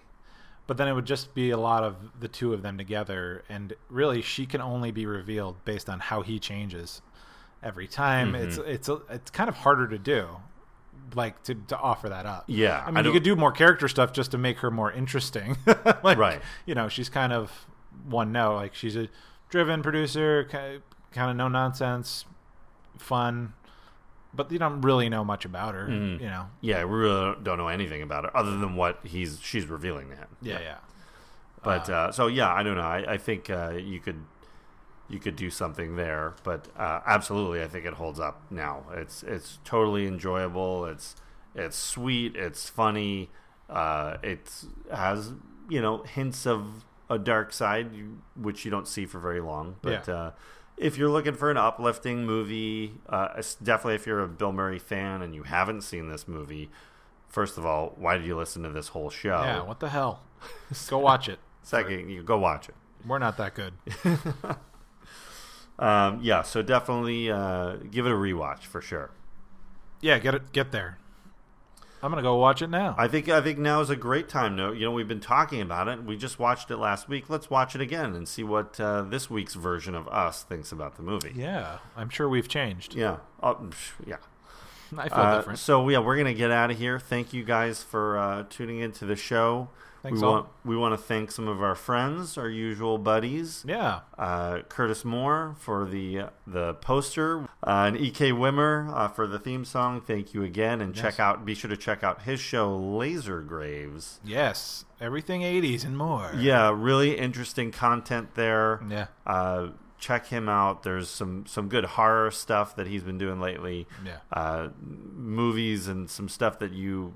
C: but then it would just be a lot of the two of them together and really she can only be revealed based on how he changes every time it's
B: Mm-hmm.
C: it's a, it's kind of harder to do like to, to offer that up
B: Yeah,
C: i
B: I
C: mean you
B: don't-
C: could do more character stuff just to make her more interesting like
B: Right.
C: you know she's kind of one note like she's a driven producer kind of no nonsense fun but you don't really know much about her
B: Mm-hmm.
C: you know
B: Yeah, we really don't know anything about her other than what he's she's revealing to him.
C: yeah yeah Ah.
B: But uh, so yeah, I don't know. I, I think uh, you could you could do something there, but uh, absolutely, I think it holds up now. It's it's totally enjoyable. It's it's sweet. It's funny. Uh, it has you know hints of a dark side, you- which you don't see for very long. But
C: Yeah.
B: uh, if you're looking for an uplifting movie, uh, it's definitely if you're a Bill Murray fan and you haven't seen this movie, first of all, why did you listen to this whole show?
C: yeah what the hell go watch it
B: Second, you go watch it.
C: we're not that good
B: Um, yeah, so definitely uh, give it a rewatch for sure.
C: Yeah, get it, get there. I'm gonna go watch it now.
B: I think I think now is a great time. No, you know we've been talking about it. We just watched it last week. Let's watch it again and see what uh, this week's version of us thinks about the movie.
C: yeah, I'm sure we've changed.
B: yeah, Uh, psh, yeah.
C: I feel
B: Uh,
C: different.
B: so yeah, we're gonna get out of here. Thank you guys for uh, tuning into the show.
C: Thanks
B: we
C: all.
B: want we want to thank some of our friends, our usual buddies.
C: Yeah,
B: uh, Curtis Moore for the the poster, uh, and E.K. Wimmer uh, for the theme song. Thank you again, and check out. Be sure to check out his show, Laser Graves.
C: yes, everything '80s and more.
B: Yeah, really interesting content there.
C: yeah,
B: Uh, check him out. There's some some good horror stuff that he's been doing lately.
C: Yeah.
B: Uh, movies and some stuff that you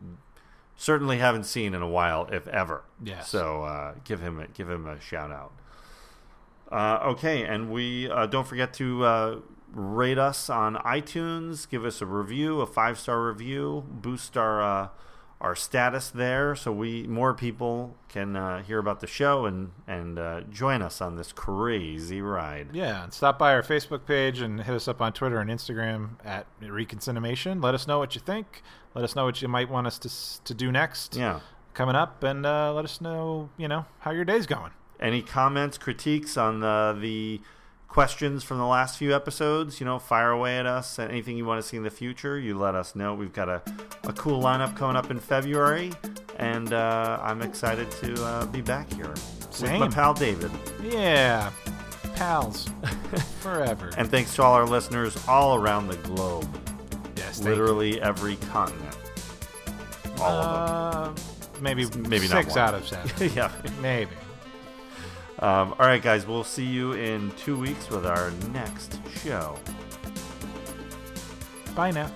B: certainly haven't seen in a while, if ever.
C: Yes.
B: So uh, give him a, give him a shout out. Uh, okay, and we uh, don't forget to uh, rate us on iTunes. Give us a review, a five star review, boost our uh, our status there, so we more people can uh, hear about the show and and uh, join us on this crazy ride.
C: yeah. And stop by our Facebook page and hit us up on Twitter and Instagram at Reconcinimation. Let us know what you think. Let us know what you might want us to s- to do next.
B: Yeah.
C: coming up, and uh, let us know you know how your day's going.
B: Any comments, critiques on the the questions from the last few episodes? You know, fire away at us. And Anything you want to see in the future, you let us know. We've got a, a cool lineup coming up in February, and uh, I'm excited to uh, be back here with my
C: Same.
B: pal David.
C: Yeah, pals, forever.
B: And thanks to all our listeners all around the globe,
C: yes, thank you.
B: literally every continent, all of
C: Uh, maybe
B: Maybe not
C: six
B: one.
C: out of seven.
B: them. yeah.
C: maybe.
B: Um, all right, guys. We'll see you in two weeks with our next show.
C: Bye now.